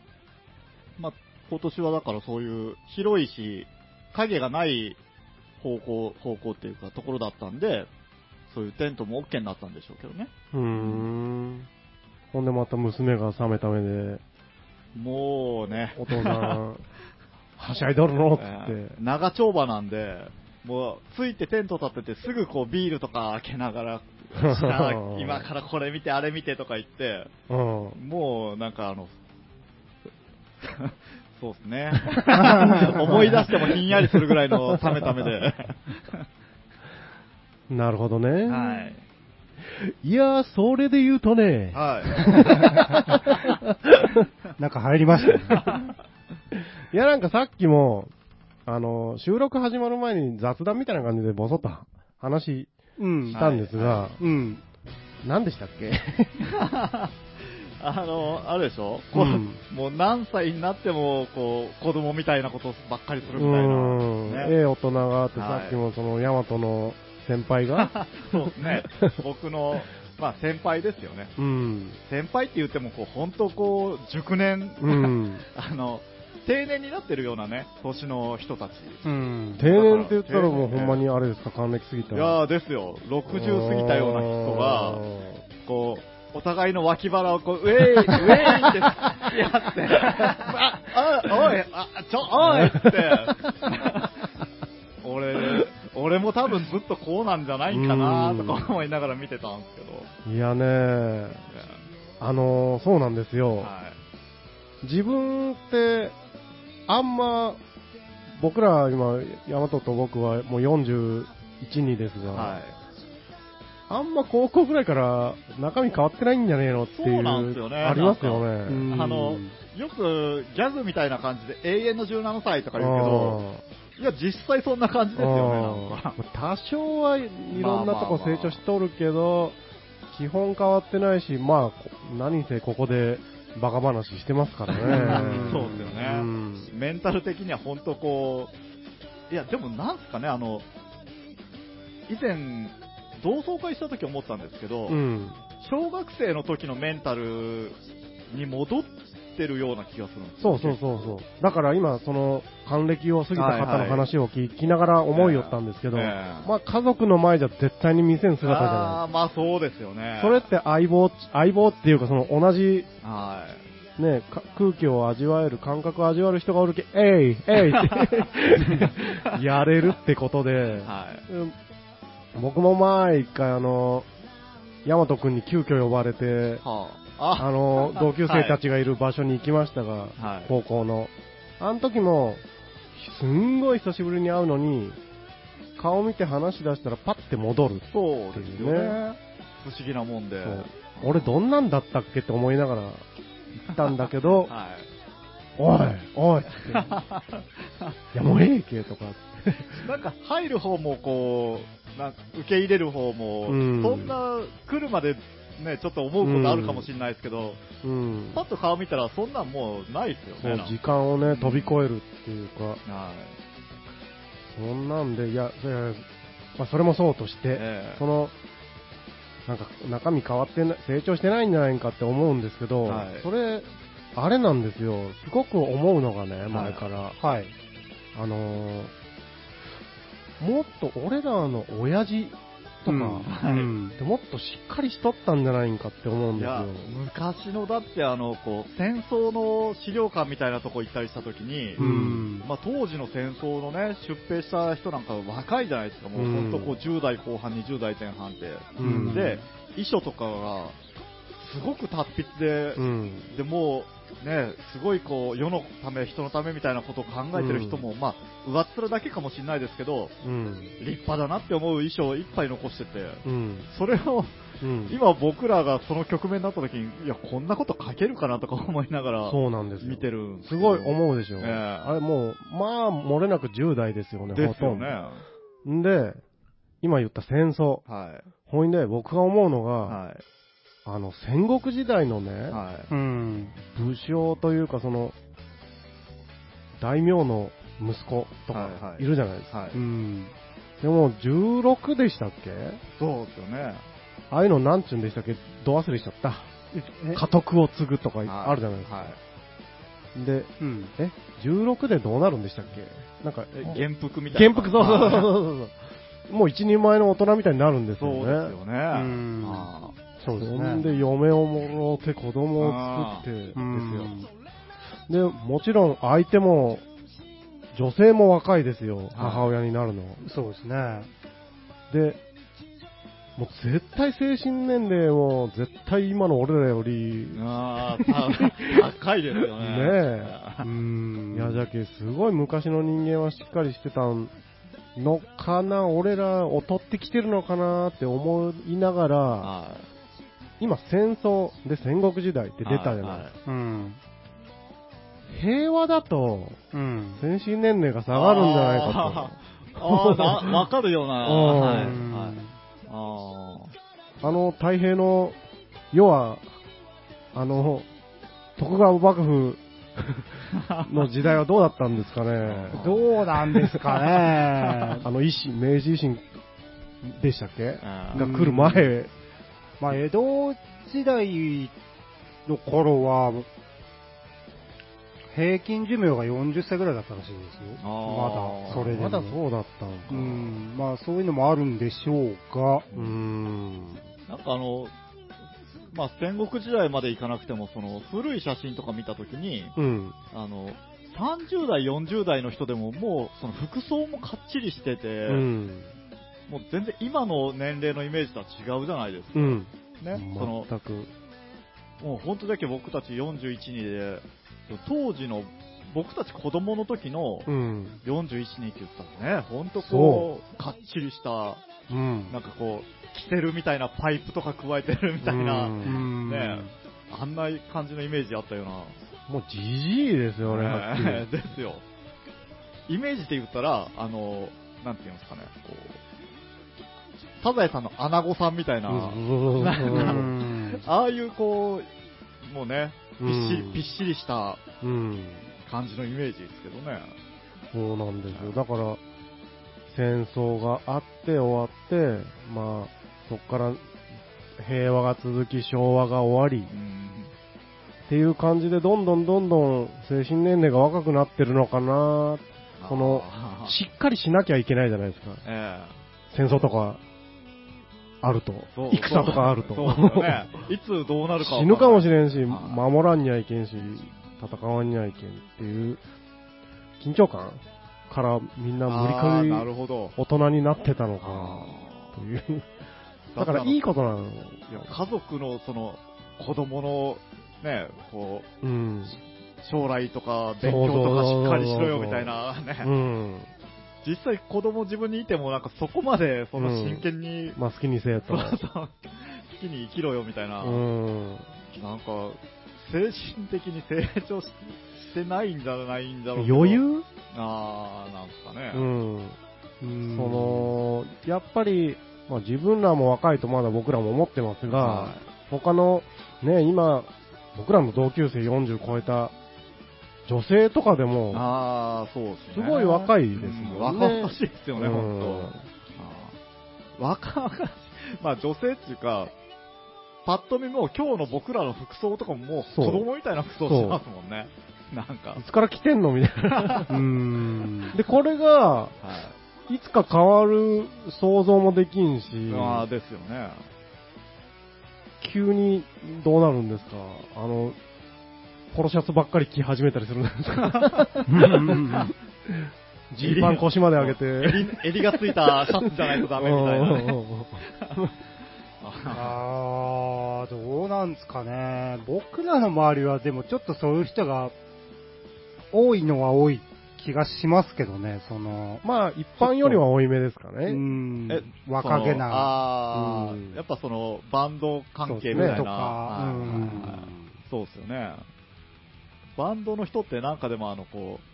Speaker 1: まあ、今年はだからそういう広いし、影がない方向、方向っていうかところだったんで、そういうテントも OK になったんでしょうけどね。
Speaker 2: うーん。ほんでまた娘が冷めた目で、
Speaker 1: もうね、
Speaker 2: お父さん、はしゃいどるのっつ
Speaker 1: え
Speaker 2: って
Speaker 1: ー。 長丁場なんで、もう、ついてテント立ててすぐこうビールとか開けながら、した今からこれ見て、あれ見てとか言って、
Speaker 2: うん。
Speaker 1: もうなんかあの、 そうです ね。思い出してもひんやりするぐらいのためためで。
Speaker 2: なるほどね。
Speaker 1: はい。
Speaker 2: い、やー、それで言うとね、
Speaker 1: はい。
Speaker 3: なんか入りましたね、
Speaker 2: いや、なんかさっきも、あの、収録始まる前に雑談みたいな感じでボソッと話
Speaker 3: うん
Speaker 2: したんですが、
Speaker 1: は
Speaker 3: うん。
Speaker 2: 何でしたっけ
Speaker 1: あの、あるでしょ、こう
Speaker 2: うん
Speaker 1: もう何歳になっても、こう、子供みたいなことばっかりす
Speaker 2: う
Speaker 1: るみたい
Speaker 2: ん、
Speaker 1: な。
Speaker 2: ええ
Speaker 1: ね、
Speaker 2: 大人があって、
Speaker 1: はい
Speaker 2: さっきもその、ヤマトの先輩 が、
Speaker 1: そうですね。僕の、まあ先輩ですよね。
Speaker 2: うん、
Speaker 1: 先輩って言っても、こう、本当こう、熟年、
Speaker 2: うん、
Speaker 1: あの、定年になってるようなね、年の人たち。
Speaker 3: うん
Speaker 2: 定年って言ったらもうほんまにあれですか、還暦すぎた
Speaker 1: いやーですよ、60過ぎたような人が、こう、お互いの脇腹をこう、ウェイ、ウェイってやって、あ、あ、おい、あ、ちょ、おいって、俺、俺も多分ずっとこうなんじゃないかなとか思いながら見てたんですけど、
Speaker 2: いやねーあのー、そうなんですよ。
Speaker 1: は
Speaker 2: 自分って、あんま、僕ら今、ヤマトと僕はもう41、2です
Speaker 1: い。
Speaker 2: が、
Speaker 1: はい。
Speaker 2: あんま高校ぐらいから中身変わってないんじゃねえのっていう、
Speaker 1: そうなんですよね
Speaker 2: ありますよね。
Speaker 3: うん
Speaker 1: あの、よくギャグみたいな感じで永遠の17歳とか言うけど、いや、実際そんな感じですよね、なん
Speaker 2: あ
Speaker 1: か。。
Speaker 2: ー多少はいろんなとこ成長しとるけど、基本変わってないし、まあこ、何せここでバカ話してますからね
Speaker 1: そうですよね
Speaker 2: うん
Speaker 1: メンタル的には本当こう、いや、でもなんすかね、あの、以前、同窓会した時思ったんですけど、
Speaker 2: うん。
Speaker 1: 小学生の時のメンタルに戻ってるような気がするんです
Speaker 2: そうそうそうそう。だから今、その、還暦を過ぎた方の話を聞きながら思いよったんですけど、
Speaker 1: ええ
Speaker 2: まあ家族の前じゃ絶対に見せん姿じ
Speaker 1: あ
Speaker 2: ゃ
Speaker 1: あー、まあそうですよね
Speaker 2: な。い。それって相棒、相棒っていうかその同じ
Speaker 1: は
Speaker 2: ね、か空気を味わえる、感覚を味わえる人がおるけ、えい、えいっ てやれるってこと
Speaker 1: い。
Speaker 2: で、
Speaker 1: はい。
Speaker 2: うん僕も前一回あの、ヤマト君に急遽呼ばれて、
Speaker 1: は
Speaker 2: あ
Speaker 1: あ。
Speaker 2: の、同級生たちがいる場所に行きましたが、
Speaker 1: はい
Speaker 2: 高校の。あの時も、すんごい久しぶりに会うのに、顔見て話し出したらパッて戻る。
Speaker 1: そうですよね。不思議なもんで。
Speaker 2: そう俺どんなんだったっけって思いながら行ったんだけど、
Speaker 1: はい。
Speaker 2: おい、おいって。いや、もうええけと か。
Speaker 1: なんか入る方もこう、なんか受け入れる方も、
Speaker 2: うん
Speaker 1: そんな来るまでね、ちょっと思うことあるかもしれないですけど、
Speaker 2: うん。
Speaker 1: パッと顔見たらそんなんもうないですよ
Speaker 2: そう
Speaker 1: ね。なんか
Speaker 2: 時間をね、飛び越えるっていうか、
Speaker 1: はい。
Speaker 2: そんなんで、いや、いやいやまあ、それもそうとして、
Speaker 1: ええ
Speaker 2: その、なんか中身変わってな、成長してないんじゃないかって思うんですけど、
Speaker 1: はい
Speaker 2: それ、あれなんですよ、すごく思うのがね、
Speaker 1: い
Speaker 2: 前から、
Speaker 3: はい。
Speaker 2: あのーもっと俺らの親父とか、
Speaker 3: うん
Speaker 2: でもっとしっかりしとったんじゃないんかって思うん
Speaker 1: い
Speaker 2: ですよ。
Speaker 1: や、昔のだってあの、こう、戦争の資料館みたいなとこ行ったりした時に、
Speaker 2: うん
Speaker 1: まあ当時の戦争のね、出兵した人なんか若いじゃないですか。もう
Speaker 2: うん
Speaker 1: 本当こう10代後半、20代前半って。
Speaker 2: うん
Speaker 1: で、遺書とかが、すごく達筆で、
Speaker 2: うん
Speaker 1: でもうね、すごいこう世のため、人のためみたいなことを考えてる人も、まあ、上っ面だけかもしれないですけど、
Speaker 2: うん
Speaker 1: 立派だなって思う衣装をいっぱい残してて、
Speaker 2: うん
Speaker 1: それを
Speaker 2: うん
Speaker 1: 今、僕らがその局面になった時に、いや、こんなこと書けるかなとか思いながら
Speaker 2: そうなんですよ
Speaker 1: 見てるんですけど
Speaker 2: ごい思うでしょ、
Speaker 1: ええ
Speaker 2: あれもう、まあ、漏れなく10代ですよ
Speaker 1: で
Speaker 2: ね、
Speaker 1: すよね。
Speaker 2: ほとんど。で、今言った戦争。
Speaker 1: は
Speaker 2: ほいで、僕が思うのが、
Speaker 1: い。は
Speaker 2: あの、戦国時代の
Speaker 1: い。
Speaker 2: ね、
Speaker 1: はい。
Speaker 3: うん。
Speaker 2: 武将というか、その、大名の息子と
Speaker 1: はい
Speaker 2: か
Speaker 1: はい
Speaker 2: いるじゃないですか。
Speaker 1: はい
Speaker 3: うん。
Speaker 2: でも、16でしたっけ
Speaker 1: そうですよね。
Speaker 2: ああいうのなんちゅうんでしたっけど忘れしちゃった。
Speaker 3: え
Speaker 2: 家督を継ぐとか
Speaker 1: はい
Speaker 2: あるじゃないですか。
Speaker 1: はい。
Speaker 2: で、
Speaker 3: うん。
Speaker 2: え、16でどうなるんでしたっけなんか、
Speaker 1: え
Speaker 2: え
Speaker 1: 元服みたい
Speaker 2: 原
Speaker 1: な。
Speaker 2: 服、そうそうそう
Speaker 1: はい
Speaker 2: そうそう。もう一人前の大人みたいになるんですよ
Speaker 1: そうで
Speaker 2: ね。
Speaker 1: すよね。
Speaker 3: ん
Speaker 1: あー
Speaker 3: そうです
Speaker 2: ほんで、
Speaker 3: ね。
Speaker 2: 嫁をもろって子供を作ってです
Speaker 3: う
Speaker 2: よ。
Speaker 3: ん。
Speaker 2: で、もちろん相手も、女性も若いですよ、
Speaker 1: い
Speaker 2: 母親になるの。
Speaker 3: そうですね。
Speaker 2: で、もう絶対精神年齢も絶対今の俺らより、
Speaker 1: ああ、高いですよね。
Speaker 2: ね
Speaker 3: うーん
Speaker 2: いやじゃけすごい昔の人間はしっかりしてたのかな、俺ら劣ってきてるのかなって思いながら、
Speaker 1: は
Speaker 2: 今戦争で戦国時代って
Speaker 1: い
Speaker 2: 出たじゃない、
Speaker 1: は
Speaker 3: うん。
Speaker 2: 平和だと
Speaker 3: うん。
Speaker 2: 精神年齢が下がるんじゃないか
Speaker 1: あーあー、なわかるような。
Speaker 2: うん
Speaker 1: はい。は
Speaker 3: うん
Speaker 1: い。あ
Speaker 2: と。あの太平の、要は、あの、徳川幕府の時代はどうだったんです かね。
Speaker 3: どうなんですかね。
Speaker 2: あの維新、明治維新でしたっけ
Speaker 1: あ。
Speaker 2: が来る前、
Speaker 3: まあ、江戸時代の頃は、平均寿命が40歳ぐらいだったらしいですよ。
Speaker 1: あー
Speaker 3: まだ、それでも。
Speaker 2: まだそうだったのか。
Speaker 3: う
Speaker 2: うん
Speaker 3: ん、まあ、そういうのもあるんでしょうが、
Speaker 2: ん。
Speaker 1: なんかあの、まあ、戦国時代まで行かなくても、その、古い写真とか見たときに、
Speaker 2: うん。
Speaker 1: あの、30代、40代の人でももう、その服装もかっちりしてて、
Speaker 2: うん。
Speaker 1: もう全然今の年齢のイメージとは違うじゃないですか。
Speaker 2: うん。
Speaker 1: ね。その、
Speaker 2: 全く。
Speaker 1: もう本当だけ僕たち41人で、当時の、僕たち子供の時の
Speaker 2: うん。
Speaker 1: 41人って言ったらね、本当こう、かっちりした、
Speaker 2: うん。
Speaker 1: なんかこう、着てるみたいなパイプとか加えてるみたいな、
Speaker 2: うん
Speaker 3: うん
Speaker 1: ねあんな感じのイメージあったような。
Speaker 2: もうじじいですよね、はっきり
Speaker 1: ねですよ。イメージで言ったら、あの、なんて言うんですかね、こう、サザエさんのアナゴさんみたいな、
Speaker 2: う ん
Speaker 1: な
Speaker 3: う
Speaker 1: なん
Speaker 3: ん
Speaker 1: ああいうこう、もうね、びっし
Speaker 2: うん
Speaker 1: り、びっしりした
Speaker 2: うん。
Speaker 1: 感じのイメージですけどね。
Speaker 2: そうなんですよ。だから、戦争があって終わって、まあ、そこから平和が続き、昭和が終わり
Speaker 1: う、ん。
Speaker 2: っていう感じで、どんどんどんどん精神年齢が若くなってるのかなこの
Speaker 1: あー、
Speaker 2: しっかりしなきゃいけないじゃないですか。
Speaker 1: ええ
Speaker 2: 戦争とか、あると
Speaker 1: そう。
Speaker 2: 戦とかあると。
Speaker 1: そうですよ ね。いつどうなるかわ
Speaker 2: 死ぬかもし
Speaker 1: んない。
Speaker 2: れんし、
Speaker 1: ああ
Speaker 2: 守らんにゃいけんし、戦わんにゃいけんっていう、緊張感からみんな
Speaker 1: あー
Speaker 2: 無理
Speaker 1: な
Speaker 2: くり
Speaker 1: るほど。
Speaker 2: 大人になってたのか
Speaker 1: あ
Speaker 2: な
Speaker 1: ー
Speaker 2: という。
Speaker 1: だ
Speaker 2: だ
Speaker 1: か
Speaker 2: かららいいことなの。
Speaker 1: いや家族のその子供のね、こ
Speaker 2: うん。
Speaker 1: う将来とか勉強とかしっかりしろよみたいな
Speaker 2: う
Speaker 1: ね、
Speaker 2: ん。
Speaker 1: 実際子供自分にいてもなんかそこまでその真剣に、
Speaker 2: まあ好きにせえと
Speaker 1: そう。そう好きに生きろよみたいな、
Speaker 2: うん。
Speaker 1: なんか精神的に成長ししてないんじゃないんだろうけど
Speaker 2: 余裕
Speaker 1: あーなんすかね、
Speaker 2: うん。
Speaker 3: そ
Speaker 2: そ、の、やっぱり、まあ自分らも若いとまだ僕らも思ってますが、
Speaker 1: は
Speaker 2: 他の、ね、今、僕らの同級生40超えた女性とかで
Speaker 1: い、
Speaker 2: も、
Speaker 1: あーそうですね
Speaker 2: すごい若いですもん
Speaker 1: う
Speaker 2: ね
Speaker 1: ん若々しいですよね、
Speaker 2: うん
Speaker 1: 本当。あー若々しい。まあ女性っていうか、パッと見もう今日の僕らの服装とかももう
Speaker 2: そう
Speaker 1: 子供みたいな服装してますもんね。なんか
Speaker 2: い。つから来てんのみたい な。
Speaker 3: うん。
Speaker 2: で、これが、
Speaker 1: はい
Speaker 2: つか変わる想像もできんし
Speaker 1: い。、まあですよね。
Speaker 2: 急にどうなるんですかあの、ポロシャツばっかり着始めたりするんですかジーパン腰まで上げて。
Speaker 1: 襟襟がついたシャツじゃないとダメみたいな
Speaker 2: うんうん
Speaker 1: ね。
Speaker 2: うんうん
Speaker 1: あ
Speaker 3: あー、どうなんですかね。僕らの周りはでもちょっとそういう人が多いのは多い気がしますけどね、その、
Speaker 2: まあ、一般よりは多いめですか
Speaker 3: う
Speaker 2: ね。
Speaker 3: ん
Speaker 1: え、
Speaker 3: 若気
Speaker 1: その
Speaker 3: な
Speaker 1: あ
Speaker 2: う
Speaker 1: ー
Speaker 2: ん
Speaker 1: やっぱそのバンド関係みたいな。
Speaker 2: そうですねと
Speaker 3: か
Speaker 1: はいはいはい
Speaker 3: うん
Speaker 1: そうですよね。バンドの人ってなんかでもあのこう、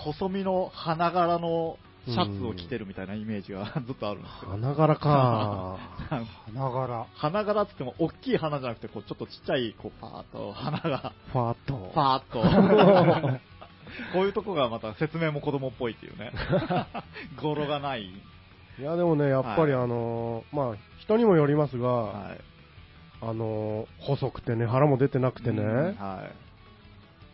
Speaker 1: 細身の花柄のシャツを着てるみたいなイメージが ずっとあるんですよ。
Speaker 2: 花柄か。
Speaker 1: なんか
Speaker 3: 花柄。
Speaker 1: 花柄って言っても大きい花じゃなくてこうちょっとちっちゃいこうパーッと花が
Speaker 2: ファーっと。
Speaker 1: パーッ とこういうとこがまた説明も子供っぽいっていうね語呂がない、
Speaker 2: いや、でもね、やっぱり
Speaker 1: は
Speaker 2: あのー、まあ、人にもよりますが、
Speaker 1: はい、
Speaker 2: あのー、細くてね、腹も出てなくて
Speaker 1: うん
Speaker 2: ね、
Speaker 1: は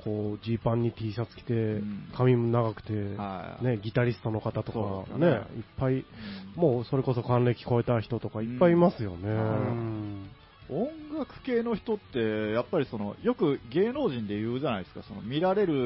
Speaker 2: こう、ジーパンに T シャツ着て
Speaker 1: ん、
Speaker 2: 髪も長くて、
Speaker 1: いはい
Speaker 2: ね、ギタリストの方
Speaker 1: そう
Speaker 2: と
Speaker 1: です
Speaker 2: か、
Speaker 1: よ
Speaker 2: ね
Speaker 1: ね、
Speaker 2: いっぱい、
Speaker 1: も
Speaker 2: もうそれこそ還暦超えた人とかいっぱいいますよね。
Speaker 1: う
Speaker 3: うんん。
Speaker 1: 音楽系の人って、やっぱりその、よく芸能人で言うじゃないですか、その見られ
Speaker 2: う
Speaker 1: る
Speaker 2: ん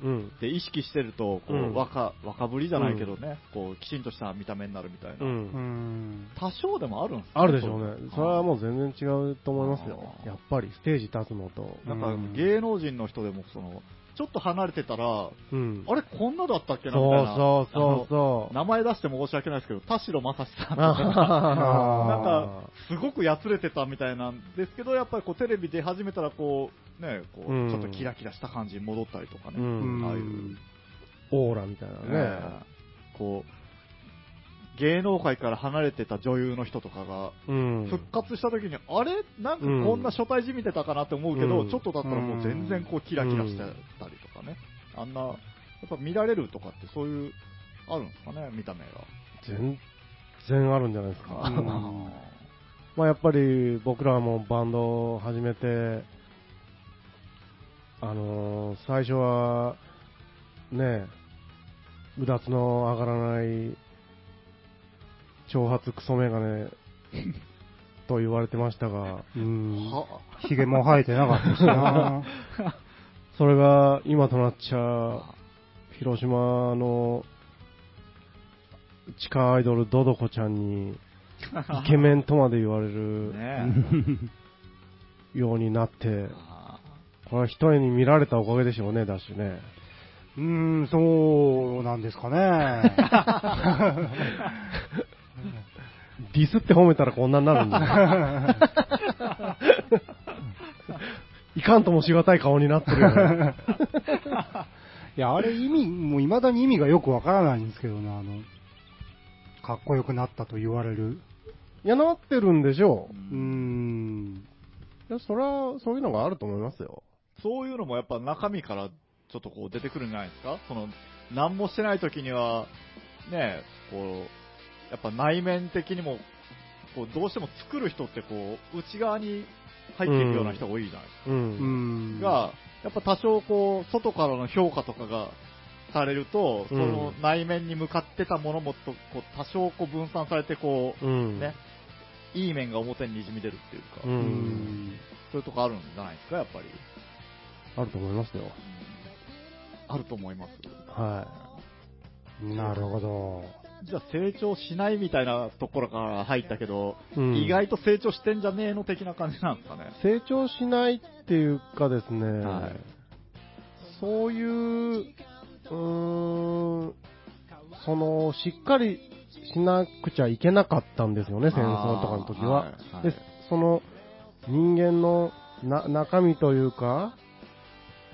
Speaker 2: うん
Speaker 1: って意識してると、こう
Speaker 2: うん
Speaker 1: 若若ぶりじゃないけどね、こうきちんとした見た目になるみたいな、
Speaker 2: うん
Speaker 3: うん。
Speaker 1: 多少でもあるんですね
Speaker 2: あるでしょうね。それは
Speaker 1: う
Speaker 2: もう全然違うと思いますよ。
Speaker 1: あー
Speaker 2: やっぱりステージ立つのと。
Speaker 1: なんか
Speaker 3: うん
Speaker 1: 芸能人の人でもその、ちょっと離れてたら、
Speaker 2: うん。
Speaker 1: あれ、こんなだったっけ
Speaker 2: そう
Speaker 1: なみたいな、
Speaker 2: そうそうそう。
Speaker 1: 名前出して申し訳ないですけど、田代正史さんと
Speaker 2: あ
Speaker 1: か、
Speaker 2: ー
Speaker 1: なんか、すごくやつれてたみたいなんですけど、やっぱりこうテレビ出始めたらこう、ね、こう
Speaker 2: うん
Speaker 1: ちょっとキラキラした感じに戻ったりとかね、
Speaker 2: うん
Speaker 1: ああいう
Speaker 2: オーラみたいなね。
Speaker 1: ねこう芸能界から離れてた女優の人とかが、
Speaker 2: うん。
Speaker 1: 復活した時に、あれなんかこんな初対じみてたかなって思うけど、
Speaker 2: うん
Speaker 1: ちょっとだったらもう全然こうキラキラしてたりとかね、あんな、やっぱ見られるとかってそういう、あるんですかね、見た目が。
Speaker 2: 全然あるんじゃないですか。
Speaker 3: うん
Speaker 2: まあやっぱり僕らもバンドを始めて、あのー最初は、ねえ、うだつの上がらない、挑発クソメガネ と言われてましたが、
Speaker 3: うん。
Speaker 1: は
Speaker 3: ヒゲも生えてなかったしな。
Speaker 2: それが今となっちゃ、広島の地下アイドルドドコちゃ んに、イケメンとまで言われる
Speaker 1: ねえ
Speaker 2: ようになって、
Speaker 1: あ
Speaker 2: これは一重に見られたおかげでしょうね、だしね。
Speaker 3: うん、そうなんです かね。
Speaker 2: ディスって褒めたらこんなになるんだ。いかんともしがたい顔になってるよね。
Speaker 3: いや、あれ意味、もう未だに意味がよくわからないんですけどね、あの、かっこよくなったと言われる。
Speaker 2: いや、なってるんでしょ
Speaker 1: ーう
Speaker 2: う。
Speaker 3: うー
Speaker 1: ん
Speaker 3: ん。
Speaker 2: いや、それは、そういうのがあると思いますよ。
Speaker 1: そういうのもやっぱ中身からちょっとこう出てくるんじゃないですかその、何もしてない時には、ねえ、こう、やっぱ内面的にも、こうどうしても作る人ってこう、内側に入っていくような人が多いじゃないですか。
Speaker 2: う。
Speaker 3: うんん。
Speaker 1: が、やっぱ多少こう、外からの評価とかがされると、その内面に向かってたものもとこう多少こう分散されてこ
Speaker 2: う
Speaker 1: う、
Speaker 2: ん。
Speaker 1: ね、いい面が表に滲み出るっていうか、
Speaker 2: う。
Speaker 3: うんん。
Speaker 1: そういうとこあるんじゃないですか、やっぱり。
Speaker 2: あると思いますよ。
Speaker 1: あると思います。
Speaker 2: はい。なるほど。
Speaker 1: じゃあ成長しないみたいなところから入ったけど、
Speaker 2: うん
Speaker 1: 意外と成長してんじゃねえの的な感じなんですかね。
Speaker 2: 成長しないっていうかですね、
Speaker 1: はい
Speaker 2: そういう、うーん、その、しっかりしなくちゃいけなかったんですよね、戦争とかの時
Speaker 1: あ
Speaker 2: は。
Speaker 1: ーはいはい
Speaker 2: で、その、人間のな中身というか、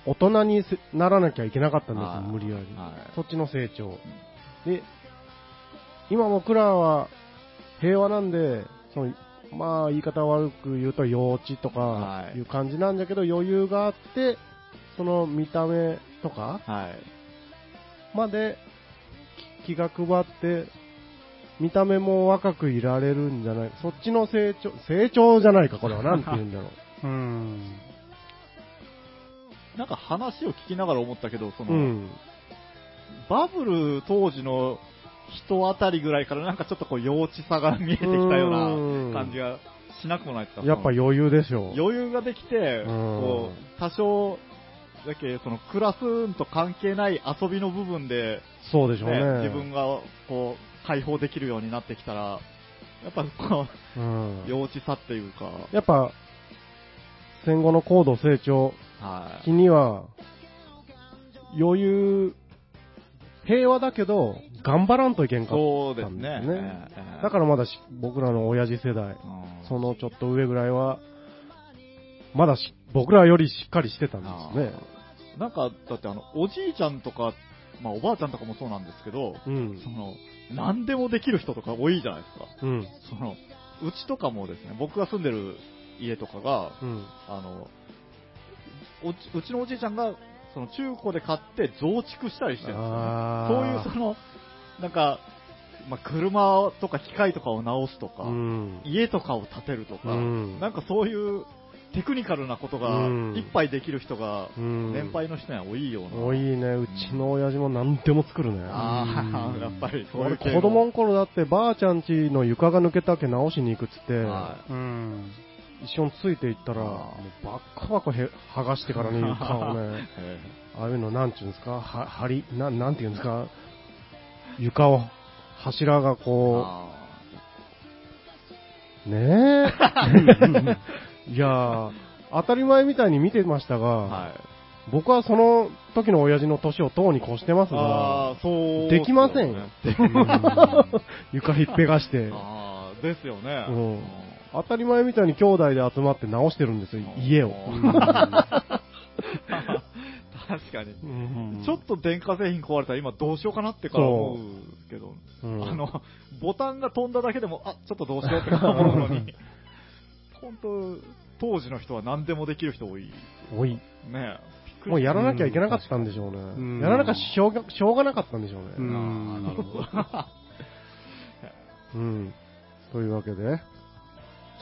Speaker 2: 大人にせならなきゃいけなかったんですよ、無理やり。
Speaker 1: はい
Speaker 2: そっちの成長。で、今僕らは平和なんで、そのまあ言い方悪く言うと幼稚とか
Speaker 1: はい
Speaker 2: いう感じなんだけど、余裕があって、その見た目とか
Speaker 1: はい。
Speaker 2: までき気が配って、見た目も若くいられるんじゃないそっちの成長、成長じゃないか、これは。なんて言うんだろう。
Speaker 3: うん。
Speaker 1: なんか話を聞きながら思ったけど、そ の、
Speaker 2: うん。
Speaker 1: バブル当時の人あたりぐらいからなんかちょっとこう幼稚さが見えてきたような感じがしなくもないですか
Speaker 2: やっぱ
Speaker 1: その
Speaker 2: 余裕でしょう。
Speaker 1: 余裕ができて、
Speaker 2: ん
Speaker 1: こう、多少、だけそのクラス運と関係ない遊びの部分で、
Speaker 2: そうでしょうね。
Speaker 1: ね、自分がこう解放できるようになってきたら、やっぱこ
Speaker 2: うん
Speaker 1: う、幼稚さっていうか、
Speaker 2: やっぱ、戦後の高度成長
Speaker 1: は
Speaker 2: 期
Speaker 1: い。
Speaker 2: には、余裕、平和だけど、頑張らんといけんかっ
Speaker 1: そうで
Speaker 2: た
Speaker 1: す
Speaker 2: ん
Speaker 1: ね。
Speaker 2: ですね。
Speaker 1: ええ
Speaker 2: だからまだし僕らの親父世代、
Speaker 1: うん
Speaker 2: そのちょっと上ぐらいは、まだし僕らよりしっかりしてたんですね。
Speaker 1: なんか、だってあの、おじいちゃんとか、まあおばあちゃんとかもそうなんですけど、
Speaker 2: うん
Speaker 1: そ。の、何でもできる人とか多いじゃないですか。
Speaker 2: うん。
Speaker 1: その、うちとかもですね、僕が住んでる家とかが、
Speaker 2: うん。
Speaker 1: あの、おちうちのおじいちゃんが、その中古で買って増築したりしてるんですよ、ね。
Speaker 2: あ
Speaker 1: そういう
Speaker 2: ー
Speaker 1: その、なんか、まあ、車とか機械とかを直すとか、
Speaker 2: うん。
Speaker 1: 家とかを建てるとか、
Speaker 2: うん
Speaker 1: なんかそういうテクニカルなことが
Speaker 2: うん
Speaker 1: いっぱいできる人が、
Speaker 2: うん
Speaker 1: 年配の人には多いような。
Speaker 2: 多いね。うちの親父も何でも作るね。
Speaker 1: あ
Speaker 3: う
Speaker 1: あ、
Speaker 3: ん
Speaker 1: やっぱりそうい
Speaker 2: 俺
Speaker 1: う系
Speaker 2: 子供の頃だってばあちゃん家の床が抜けたけ直しに行くっつって、
Speaker 1: は
Speaker 3: うん。
Speaker 2: 一緒についていったら、
Speaker 1: あー
Speaker 2: もうバッコバコへ剥がし てからね、床を ね、ああいうの、なんていうんですか、は針、ななんていうんですか、床を、柱がこ
Speaker 1: あ
Speaker 2: う、ね え。いやー、当たり前みたいに見てましたが、
Speaker 1: ーはい。
Speaker 2: 僕はその時の親父の年をとうに越してますが、
Speaker 1: ああ、そう。
Speaker 2: できませんよ うん床ひっぺがして、
Speaker 1: ああ、ですよね。
Speaker 2: うん当たり前みたいに兄弟で集まって直してるんですよ、家を。
Speaker 1: うん 確かに。
Speaker 2: うん
Speaker 1: ちょっと電化製品壊れたら今どうしようかなってから思うけど、
Speaker 2: うん
Speaker 1: あの、ボタンが飛んだだけでも、あ、ちょっとどうしようって思うのに、本当当時の人は何でもできる人多い。ね
Speaker 2: おい、
Speaker 1: え。びっくり
Speaker 2: もうやらなきゃいけなかったんでしょうね。
Speaker 3: ん
Speaker 2: やらなきゃしょうがしょうがなかったんでしょうね。
Speaker 3: うん
Speaker 1: ああなるほど。 ち
Speaker 2: うんというわけで、
Speaker 1: ょっ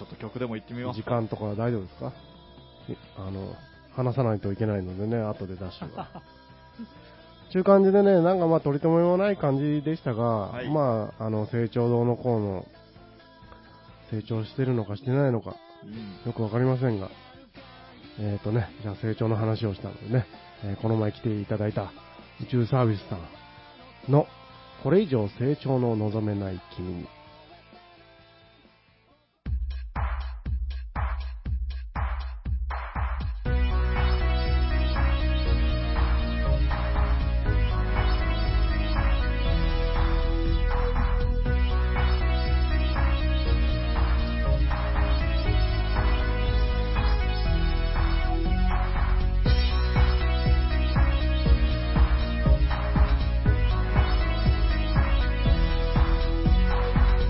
Speaker 1: と曲でも行ってみます
Speaker 2: 時
Speaker 1: か。
Speaker 2: 間とかは大丈夫ですかいあの、話さないといけないのでね、後でダッシュは。ちゅう感じでね、なんかまあ取り留めもない感じでしたが、
Speaker 1: い
Speaker 2: まあ、あの、成長堂の方の、成長してるのかしてないのか、
Speaker 1: うん
Speaker 2: よくわかりませんが、えっ、とね、じゃあ成長の話をしたのでね、えーこの前来ていただいた宇宙サービスさんの、これ以上成長の望めない君に。
Speaker 4: 「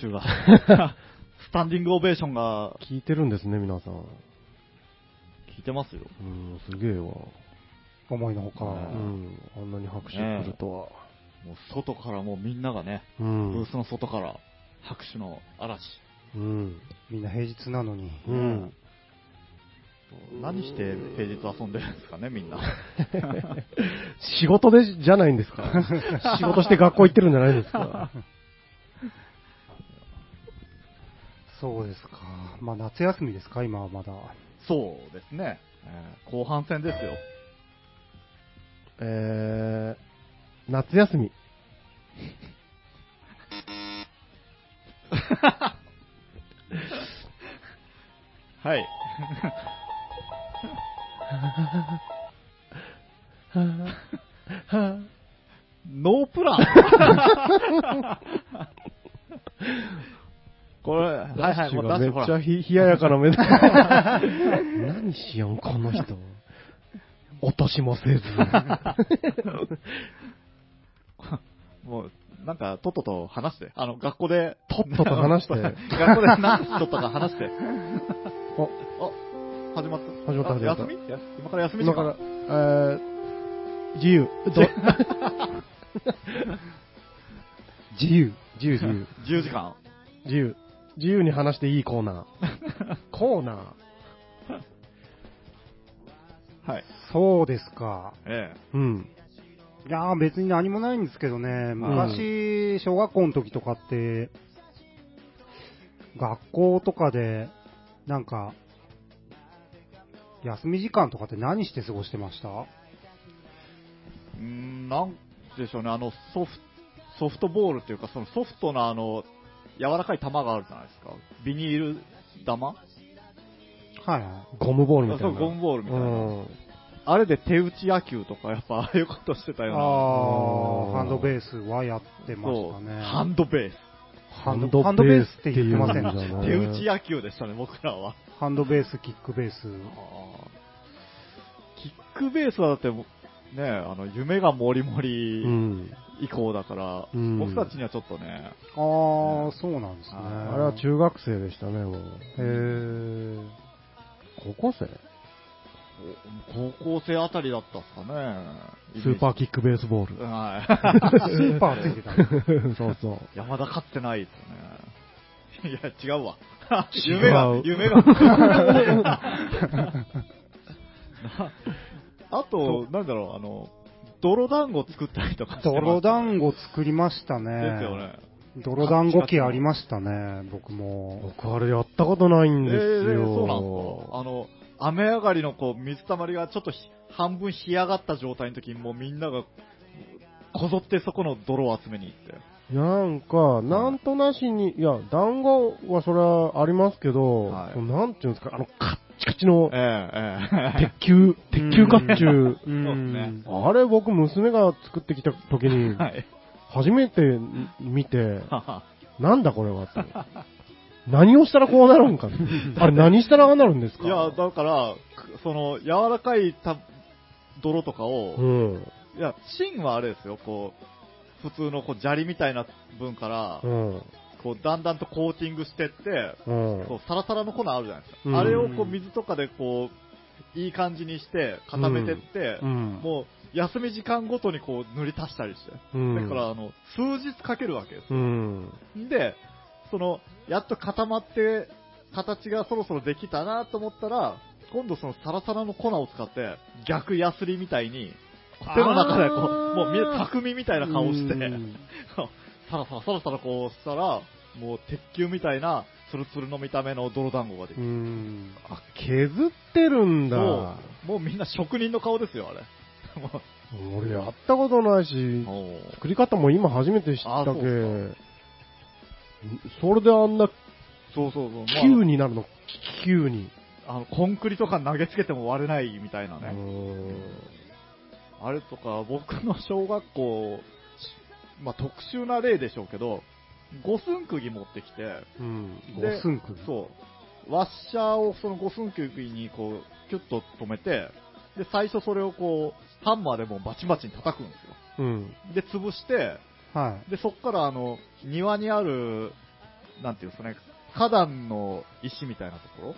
Speaker 1: 手が。 スタンディングオベーションが
Speaker 2: 聞いてるんですね、皆さん。
Speaker 1: 効いてますよ。
Speaker 2: うん、すげえわ。
Speaker 3: 思いのほか。
Speaker 2: う
Speaker 1: ね
Speaker 2: ん、あんなに拍手
Speaker 1: ねえ
Speaker 2: するとは。
Speaker 1: もう外からもうみんながね、
Speaker 2: う
Speaker 1: ブ
Speaker 2: ん
Speaker 1: ー。スの外から拍手の嵐。
Speaker 2: うん。
Speaker 3: みんな平日なのに。
Speaker 2: うん。
Speaker 1: 何して平日遊んでるんですかね、みんな。
Speaker 2: 仕事でじゃないんです か仕事して学校行ってるんじゃないんです か
Speaker 3: そうですか。まあ夏休みですか、今はまだ。
Speaker 1: そうですね。えー後半戦ですよ。
Speaker 2: えー、夏休み。
Speaker 1: はい。ノープランこれ、はいはい、もう
Speaker 2: ダッ
Speaker 1: 出しほ
Speaker 2: シュがめっちゃ
Speaker 1: ら。
Speaker 2: ひ冷ややかな目で。何しよん、この人。落としもせず。
Speaker 1: もう、なんか、とっとと話して。あの、学校で。
Speaker 2: とっとと話し て
Speaker 1: 学校で何しとったか話して。
Speaker 2: お
Speaker 1: あ、始まった。
Speaker 2: 始まった
Speaker 1: あ
Speaker 2: 始まっ
Speaker 1: 休
Speaker 2: た
Speaker 1: みいや今から休み時
Speaker 2: 今
Speaker 1: 間
Speaker 2: から、えー、自由。ど
Speaker 3: 自由。
Speaker 2: 自由、自由。
Speaker 1: 10時間。
Speaker 2: 自由。自由に話していいコーナー。コーナ
Speaker 1: はい。
Speaker 3: そうですか。
Speaker 1: え
Speaker 2: ー。うん。
Speaker 3: いやー別に何もないんですけどね、昔、小学校の時とかって、学校とかで、なんか、休み時間とかって何して過ごしてました
Speaker 1: え。うーん、なんでしょうね、あの、ソフト、ソフトボールっていうか、そのソフトなあの、柔らかい球があるじゃないですか。ビニール玉
Speaker 3: はいは
Speaker 2: ゴムボールみた
Speaker 1: そ、
Speaker 2: いうな。
Speaker 1: ゴムボールみたいな。
Speaker 2: うん。
Speaker 1: あれで手打ち野球とか、やっぱああいうことしてた
Speaker 3: い。あ
Speaker 1: よな。
Speaker 2: う
Speaker 3: ー、
Speaker 2: ん
Speaker 3: ハンドベースはやってまし
Speaker 1: そ
Speaker 3: た
Speaker 1: う、
Speaker 3: ね。
Speaker 1: ハンドベース。
Speaker 3: ハンドハンドベースって言ってません
Speaker 2: ハンドベースって言うんじ
Speaker 1: 手
Speaker 2: ゃない
Speaker 1: 打ち野球でしたね、僕らは。
Speaker 3: ハンドベース、キックベース。
Speaker 1: キックベースはだってもう、ね、あの、夢がもりもり
Speaker 2: うん。
Speaker 1: 以降だから、
Speaker 2: うん
Speaker 1: 僕たちにはちょっとね、
Speaker 3: あー、そうなんですね。
Speaker 1: あ
Speaker 2: あれは中学生でしたね、もう。
Speaker 3: へー。
Speaker 2: 高校生
Speaker 1: お高校生あたりだったっすかね。
Speaker 2: スーパ
Speaker 1: ー
Speaker 2: ーキックベースボール。
Speaker 1: はい。
Speaker 3: スーパーついてたの
Speaker 2: そうそう。
Speaker 1: 山田勝ってないですね。いや、違うわ。
Speaker 2: 違う
Speaker 1: 夢が、 夢 が。あと、なんだろう、あの、泥団子作ったりとかしてました
Speaker 3: 泥団子作りましたね。
Speaker 1: ですよね。
Speaker 3: 泥団子機ありましたね、僕も。
Speaker 2: 僕あれやったことないん
Speaker 1: え
Speaker 2: で
Speaker 1: ー
Speaker 2: すよ。
Speaker 1: そうなんですか。あの、雨上がりのこう、水たまりがちょっとひ半分干上がった状態の時にもうみんなが、こぞってそこの泥を集めに行って。
Speaker 2: なんか、なんとなしに、いや、団子はそれはありますけど、
Speaker 1: はい
Speaker 2: そのなんていうんですか、あの、カッチカチの
Speaker 1: ええええ
Speaker 2: 鉄球、鉄球甲冑。
Speaker 3: う
Speaker 1: そうで
Speaker 3: ん。
Speaker 1: すね
Speaker 2: あれ僕娘が作ってきた時に、
Speaker 1: はい。
Speaker 2: 初めて見て、
Speaker 1: はは
Speaker 2: なんだこれはって。何をしたらこうなるん かって。あれ何したらああなるんですか
Speaker 1: いや、だから、くその、柔らかいた泥とかを、
Speaker 2: うん。
Speaker 1: いや、芯はあれですよ、こう、普通のこう砂利みたいな分から
Speaker 2: う、ん。
Speaker 1: こう、だんだんとコーティングしてって、
Speaker 2: うん。
Speaker 1: こう、サラサラの粉あるじゃないですか。
Speaker 2: うん
Speaker 1: あれをこう、水とかでこう、いい感じにして、固めてって、
Speaker 2: うん。
Speaker 1: もう、休み時間ごとにこう、塗り足したりして。
Speaker 2: うん
Speaker 1: だから、あの、数日かけるわけです。
Speaker 2: うん。
Speaker 1: で、その、やっと固まって、形がそろそろできたなと思ったら、今度そのサラサラの粉を使って、逆ヤスリみたいに、手の中でこう
Speaker 2: あー、
Speaker 1: もうみんな匠みたいな顔して、
Speaker 2: うん
Speaker 1: サラサラサラサラこうしたら、もう鉄球みたいな、ツルツルの見た目の泥団子ができ
Speaker 2: う
Speaker 1: る。
Speaker 2: ん。あ、削ってるんだ。
Speaker 1: そうもうみんな職人の顔ですよ、あれ。 も
Speaker 2: 俺やったことないうし、
Speaker 1: もう
Speaker 2: 作り方も今初めて知ったけ
Speaker 1: あそうで
Speaker 2: それであんな
Speaker 1: そうそうそう。
Speaker 2: 球になるの、球に。
Speaker 1: まあ、あのコンクリとか投げつけても割れないみたいな
Speaker 2: う
Speaker 1: ね。
Speaker 2: ん
Speaker 1: あれとか、僕の小学校、しまあ、特殊な例でしょうけど、五寸釘持ってきて、
Speaker 2: うん。
Speaker 1: で
Speaker 3: 五寸釘
Speaker 1: そう、ワッシャーをその五寸釘にこう、キュッと止めて、で、最初それをこう、ハンマーでもうバチバチに叩くんですよ。
Speaker 2: うん。
Speaker 1: で、潰して、
Speaker 3: は
Speaker 1: で、そっからあの、庭にある、なんていうんですかね、花壇の石みたいなところ、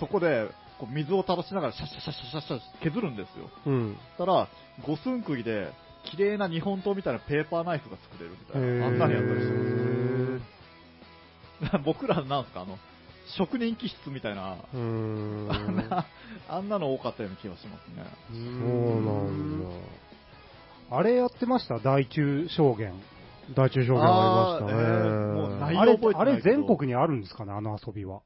Speaker 1: そこで、こう水を垂らしながらシャッシャッシャッシャッシャッシャッ削るんですよ。
Speaker 2: うん。
Speaker 1: たら、五寸釘で、綺麗な日本刀みたいなペーパーナイフが作れるみたいな、あんなのやったりしてます 僕らなんすか、あの、職人気質みたいな、
Speaker 2: うーん。
Speaker 1: あんな、あんなの多かったような気がしますね。
Speaker 3: そ
Speaker 2: そう
Speaker 3: う
Speaker 2: なんだ。
Speaker 3: あれやってました大中証言。
Speaker 2: 大中小限ありました
Speaker 1: あ
Speaker 2: ね。
Speaker 1: ーえーもう内容
Speaker 3: あれ
Speaker 1: 覚え、て
Speaker 3: あ
Speaker 1: ない
Speaker 3: れ
Speaker 1: けど
Speaker 3: 全国にあるんですかね、あの遊びは。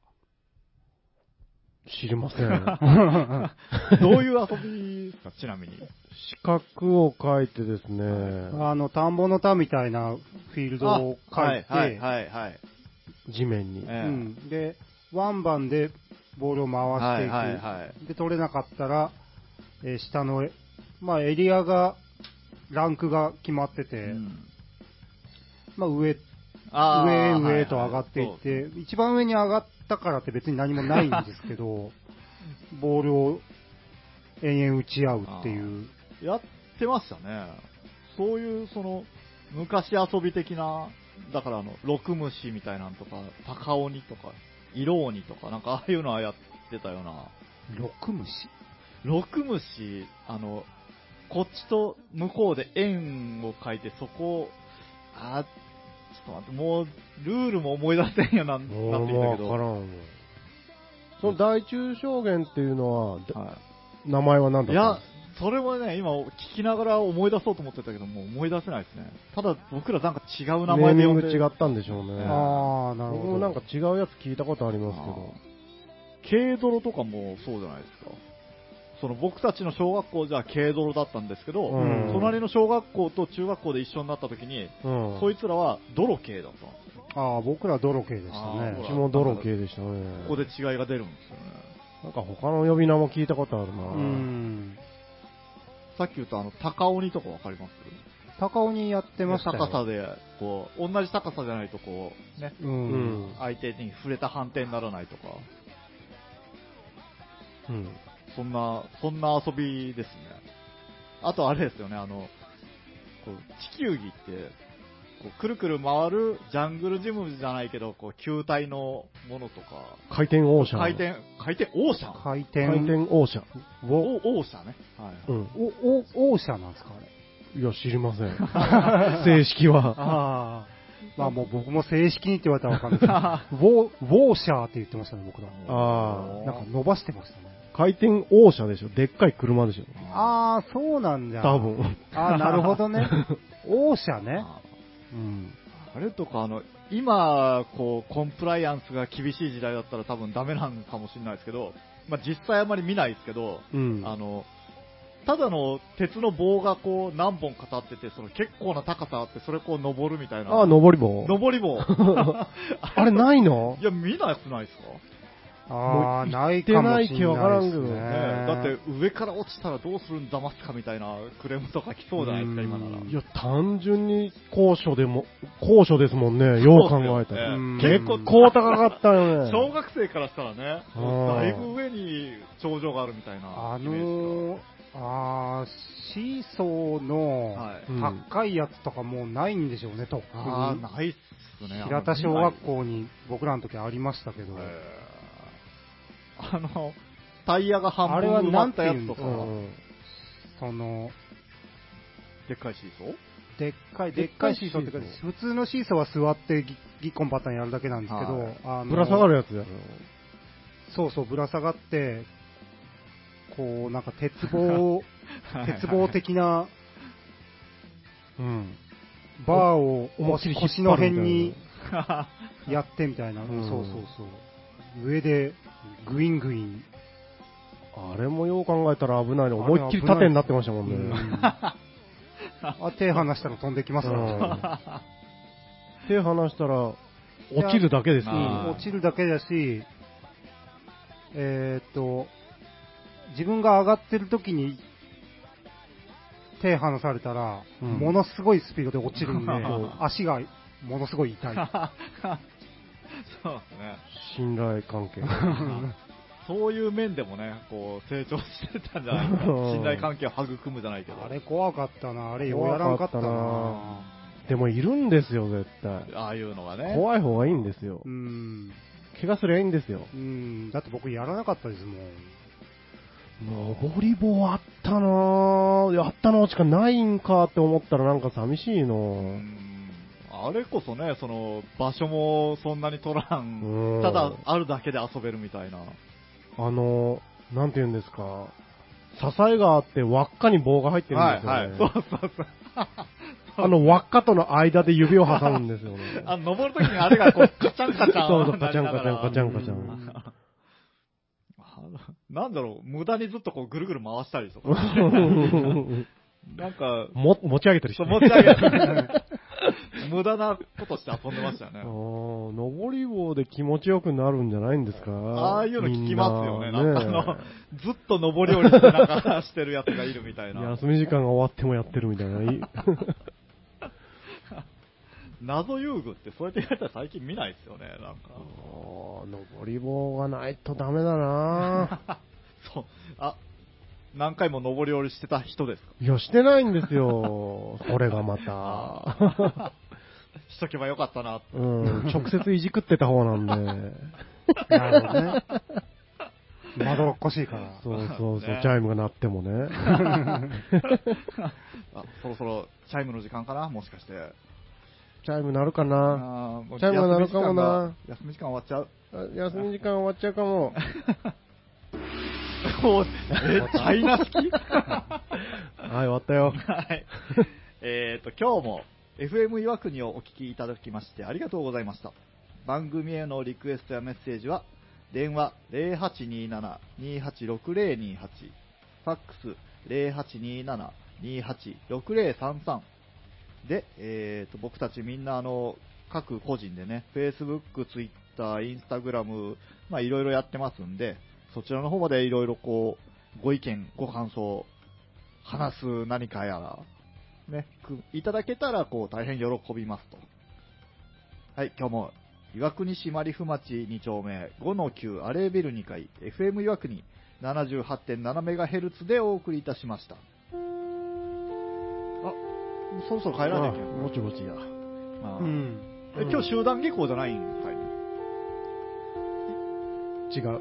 Speaker 2: 知りません。
Speaker 1: どういう遊び ですか、ちなみに。
Speaker 2: 四角を書いてですね、
Speaker 3: あの、田んぼの田みたいなフィールドを書
Speaker 1: あ
Speaker 3: い
Speaker 1: はい
Speaker 3: て、
Speaker 1: はいはいはい。
Speaker 2: 地面に。
Speaker 1: え
Speaker 3: う
Speaker 1: え
Speaker 3: んで、ワンバンでボールを回していく。
Speaker 1: はいはいはい。
Speaker 3: で、取れなかったら、えー下の、まあ、エリアが、ランクが決まってて、
Speaker 1: うん
Speaker 3: まあ、上、
Speaker 1: あ
Speaker 3: 上
Speaker 1: ー
Speaker 3: へ上へと上がっていっ
Speaker 1: はいはい
Speaker 3: て、一番上に上がったからって別に何もないんですけど、ボールを延々打ち合うっていう。
Speaker 1: そうやってましたね。そういう、その、昔遊び的な、だからあの、六虫みたいなんとか、高鬼とか、色鬼とか、なんかああいうのはやってたよな。
Speaker 3: 六虫
Speaker 1: 六虫、あの、こっちと向こうで円を書いて、そこを、あーちょっと待って、もう、ルールも思い出せんよな、なってき
Speaker 2: 俺
Speaker 1: たけ
Speaker 2: もわからん
Speaker 1: ど。
Speaker 2: わ。その大中小限っていうのは、
Speaker 1: は
Speaker 2: 名前は何
Speaker 1: い、
Speaker 2: だ
Speaker 1: い
Speaker 2: った
Speaker 1: や、それもね、今聞きながら思い出そうと思ってたけど、もう思い出せないですね。ただ、僕らなんか違う名前
Speaker 2: ネ
Speaker 1: で
Speaker 2: ー
Speaker 1: 呼ん
Speaker 2: ミ
Speaker 1: で
Speaker 2: ング違ったんでしょうね。
Speaker 3: ああ、なる
Speaker 2: 僕
Speaker 3: ほ
Speaker 2: も
Speaker 3: ど。
Speaker 2: なんか違うやつ聞いたことありますけど。
Speaker 1: 軽泥とかもそうじゃないですか。その僕たちの小学校じゃ軽泥だったんですけど、
Speaker 2: うん
Speaker 1: 隣の小学校と中学校で一緒になった時に、
Speaker 2: うん。
Speaker 1: そいつらは泥系だったんですよ。
Speaker 3: ああ、僕らドロケイでした
Speaker 1: あーほ
Speaker 3: ね
Speaker 1: ら
Speaker 2: う。ちも泥系でしたね。
Speaker 1: ここで違いが出るんですよね。
Speaker 2: なんか他の呼び名も聞いたことあるな。
Speaker 3: うん。
Speaker 1: さっき言ったあの、高鬼とかわかります
Speaker 3: 高尾にやってましたよ
Speaker 1: 高さで、こう、同じ高さじゃないとこう、ね、
Speaker 3: う。
Speaker 2: うんん。
Speaker 1: 相手に触れた判定にならないとか、
Speaker 2: うん。
Speaker 1: そんな、そんな遊びですね。あとあれですよね、あの、こう地球儀って、こうくるくる回るジャングルジムじゃないけど、こう球体のものとか、
Speaker 2: 回転オーシャン。
Speaker 1: 回。転、回転、オーシャン
Speaker 3: 回転。
Speaker 2: 回転オーシャン。を、
Speaker 1: おオーシャンね。はい。
Speaker 2: うん。
Speaker 3: お、お、王者なんですかあれ。
Speaker 2: いや、知りませ ん。正式は。
Speaker 3: ああ。まあもう僕も正式にって言われたらわかんないですけど、ウォー、ウォーシャーって言ってましたね、僕ら。
Speaker 2: あー
Speaker 3: なんか伸ばしてましたね。
Speaker 2: 回転オーシャでしょ。でっかい車でしょ。
Speaker 3: ああ、そうなんだ。
Speaker 2: 多。分。
Speaker 3: ああ、なるほどね。王者ね。
Speaker 1: あ
Speaker 3: うん。
Speaker 1: あれとか、あの、今、こう、コンプライアンスが厳しい時代だったら多分ダメなんかもしれないですけど、まあ、実際あまり見ないですけど、
Speaker 2: うん。
Speaker 1: あの、ただの鉄の棒がこう何本か立ってて、その結構な高さあって、それこう登るみたいな。
Speaker 2: あ、登り棒。
Speaker 1: 登り棒。
Speaker 2: あれないの
Speaker 1: いや、見なくないですか、ね
Speaker 3: ああ、ない
Speaker 2: て
Speaker 3: か
Speaker 2: な
Speaker 3: も
Speaker 2: い
Speaker 3: し
Speaker 2: 気
Speaker 3: れ
Speaker 2: わから
Speaker 3: なんい
Speaker 2: け
Speaker 3: で
Speaker 2: ど
Speaker 3: す
Speaker 2: ね
Speaker 3: ね。
Speaker 1: だって、上から落ちたらどうするんざますかみたいなクレームとか来そうじゃないですか、
Speaker 3: うん
Speaker 1: 今なら。
Speaker 2: いや、単純に高所でも、高所ですもんね。よう考えたら。
Speaker 1: そう
Speaker 3: う
Speaker 1: っ
Speaker 3: ん
Speaker 1: すよね
Speaker 2: 結
Speaker 1: 結
Speaker 2: 構
Speaker 1: 構
Speaker 2: 高高かったよね。
Speaker 1: 小学生からしたらね、
Speaker 2: うん
Speaker 1: だいぶ上に頂上があるみたいな
Speaker 3: あ
Speaker 1: イメージ
Speaker 3: のー、あーシーソーの
Speaker 1: はい
Speaker 2: うん
Speaker 3: 高いやつとかもうないんでしょうね、とっく
Speaker 1: ですかああ、
Speaker 3: に。
Speaker 1: ないっすね。
Speaker 3: 平田小学校に僕らの時ありましたけど、
Speaker 1: へーあの、タイヤが半分埋まったやつとか、
Speaker 2: うん
Speaker 3: その、
Speaker 1: でっかいシーソー
Speaker 3: でっかい、
Speaker 2: で
Speaker 3: で
Speaker 2: っ
Speaker 3: っ
Speaker 2: か
Speaker 3: か
Speaker 2: い
Speaker 3: い
Speaker 2: シ
Speaker 3: シ
Speaker 2: ー
Speaker 3: ー
Speaker 2: ソ
Speaker 3: ソ
Speaker 2: ー
Speaker 3: ーってか、普通のシーソーは座ってぎぎっこんパターンやるだけなんですけど、
Speaker 1: はい
Speaker 3: あの
Speaker 2: ぶら下がるやつやろ。
Speaker 3: そうそう、ぶら下がって、こう、なんか鉄棒を、鉄棒的 な
Speaker 2: うん。
Speaker 3: バーを
Speaker 2: 思いっきり引っ張るみたいな
Speaker 3: 腰の辺 に
Speaker 1: な
Speaker 3: やってみたいな、
Speaker 2: うん
Speaker 3: そうそうそう。上で、グイング イン。
Speaker 2: あれもよう考えたら危ないね。思いっきり縦になってましたもんね。
Speaker 3: あ手離したら飛んできますから、
Speaker 2: うん手離したら、落ちるだけですよ。
Speaker 1: うん
Speaker 3: 落ちるだけだし、えーっと、自分が上がってる時に手離されたら、
Speaker 2: うん
Speaker 3: ものすごいスピードで落ちる ん
Speaker 1: そ
Speaker 3: で
Speaker 1: う、
Speaker 3: 足がものすごい痛 い。
Speaker 1: そうですね。
Speaker 2: 信頼関 係。
Speaker 1: そういう面でもね、こう、成長してたんじゃないか。
Speaker 2: うん
Speaker 1: 信頼関係を育むじゃないけど。
Speaker 3: あれ怖かったな、あれようやらんかったな。
Speaker 2: 怖かったな手もいるんですよ、絶対。
Speaker 1: ああいうのがね。
Speaker 2: 怖い方がいいんですよ
Speaker 3: う。ん。
Speaker 2: 怪我すりゃいいんですよ。
Speaker 3: うん。だって僕やらなかったですもん。
Speaker 2: 登り棒あったなぁ。やったのしかないんかって思ったらなんか寂しいな
Speaker 1: う
Speaker 2: ぁ。
Speaker 1: んあれこそね、その、場所もそんなに取らん
Speaker 2: う。ん
Speaker 1: ただ、あるだけで遊べるみたいな。
Speaker 2: あの、なんて言うんですか。支えがあって輪っかに棒が入ってるんですよ、ね。
Speaker 1: はいはい。そうそうそう。
Speaker 2: あの輪っかとの間で指を挟むんですよね。
Speaker 1: あの、登るときにあれがこう、カチャンカチャン。
Speaker 2: そうそう、カチャンカチャン、カチャン
Speaker 1: ン。
Speaker 2: カチャ
Speaker 3: う
Speaker 2: ン。
Speaker 1: なんだろう、無駄にずっとこう、ぐるぐる回したりとか。 なんか、
Speaker 2: も、持ち上げたりし
Speaker 1: そ
Speaker 2: て。
Speaker 1: う持ち上げて、 無駄なことして遊んでましたよ
Speaker 2: あ
Speaker 1: ね。
Speaker 2: ー登り棒で気持ちよくなるんじゃないんですか
Speaker 1: ああいうの聞きますよね。
Speaker 2: み
Speaker 1: なん
Speaker 2: な
Speaker 1: かあの、ずっと登り降りしてなんかしてるやつがいるみたいな。
Speaker 2: 休み時間が終わってもやってるみたいな。 い
Speaker 1: 謎遊具ってそうやって言われたら最近見ないですよね、なんか
Speaker 2: あ。ー登り棒がないとダメだな
Speaker 1: そう。あ、何回も登り降りしてた人ですか
Speaker 2: いや、してないんですよ。これがまた。
Speaker 1: しとけばよかったなって。
Speaker 2: うん、直接いじくってた方なんで。
Speaker 3: なるほどね。まどろっこしいから。
Speaker 2: そうそうそう、
Speaker 1: ね
Speaker 2: チャイムが鳴っても ね。
Speaker 1: あ、そろそろチャイムの時間かなもしかして。
Speaker 2: チャイム鳴るかな
Speaker 1: あーもう
Speaker 2: チャイムが鳴るかもな
Speaker 1: 休み時間が。休み時間終わっちゃう。
Speaker 2: あ休み時間終わっちゃうかも。
Speaker 1: おえ、チャイナ好き
Speaker 2: はい、終わったよ。
Speaker 1: はい。えっと、今日も FM 岩国をお聞きいただきましてありがとうございました。番組へのリクエストやメッセージは、電話0827-286028、ファックス0827-286033で、えっ、と、僕たちみんなあの、各個人でね、Facebook、Twitter、Instagram、まあいろいろやってますんで、そちらの方までいろいろこう、ご意見、ご感想、話す何かやら、ね、くいただけたら、こう、大変喜びますと。はい、今日も、岩国市マリフ町2丁目5-9アレービル2階 FM 岩国 78.7MHz でお送りいたしました。あ、そろそろ帰らなきゃ。
Speaker 2: あぼちぼちや。
Speaker 1: あ
Speaker 3: う
Speaker 1: ー
Speaker 3: ん。
Speaker 1: え今日集団下校じゃないんかい
Speaker 2: 違 う。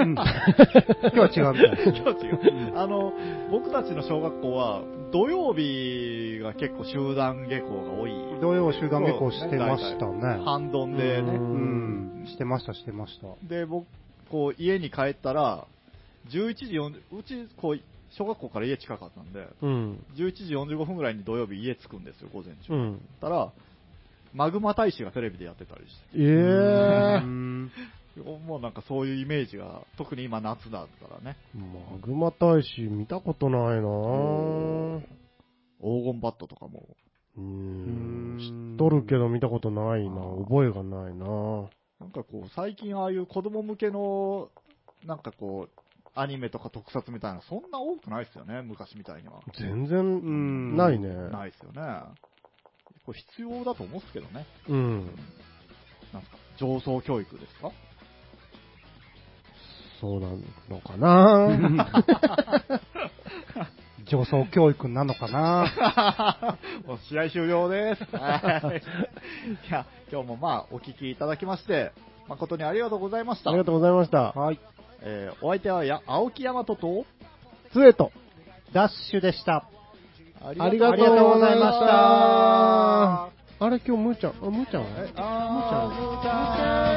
Speaker 3: うん今日は違うみたいです。
Speaker 1: 今日違う。あの、僕たちの小学校は、土曜日が結構集団下校が多い。
Speaker 3: 同様集団下校してましたね。
Speaker 1: 半ドンで
Speaker 2: う
Speaker 1: ね。
Speaker 3: うんん。してました、してました。
Speaker 1: で、僕、こう、家に帰ったら、11時40、うち、こう、小学校から家近かったんで、
Speaker 2: うん。
Speaker 1: 11時45分ぐらいに土曜日家着くんですよ、午前中。だ
Speaker 2: うん。
Speaker 1: ったら、マグマ大使がテレビでやってたりし
Speaker 2: ええ
Speaker 3: う。ん
Speaker 1: て、もうなんかそういうイメージが、特に今夏だったらね、
Speaker 2: マグマ大使見たことないなぁ。
Speaker 1: 黄金バットとかも、
Speaker 2: う。
Speaker 3: うんん
Speaker 2: 知っとるけど見たことないな覚えがないなぁ。
Speaker 1: なんかこう、最近ああいう子供向けの、なんかこう、アニメとか特撮みたいな、そんな多くないですよね、昔みたいには。
Speaker 2: 全
Speaker 3: う
Speaker 2: 然、
Speaker 3: ん。
Speaker 2: ないね。
Speaker 1: ないですよね。これ必要だと思うんですけどね。
Speaker 2: うん。
Speaker 1: なんですか上層教育ですか
Speaker 2: そうなのかなぁ。
Speaker 3: 上層教育なのかな
Speaker 1: もう試合終了です。はいいや、今日もまあ、お聞きいただきまして、誠にありがとうございました。
Speaker 2: ありがとうございました。
Speaker 3: はい。
Speaker 1: えーお相手はや、青木大和と、
Speaker 2: ツエと。
Speaker 3: ダッシュでした。
Speaker 1: あ
Speaker 2: ありがとうございました。あれ今日むーちゃん、あ、むーち
Speaker 1: ありがとうござい
Speaker 2: ゃんは
Speaker 1: ました。えあーむーちゃん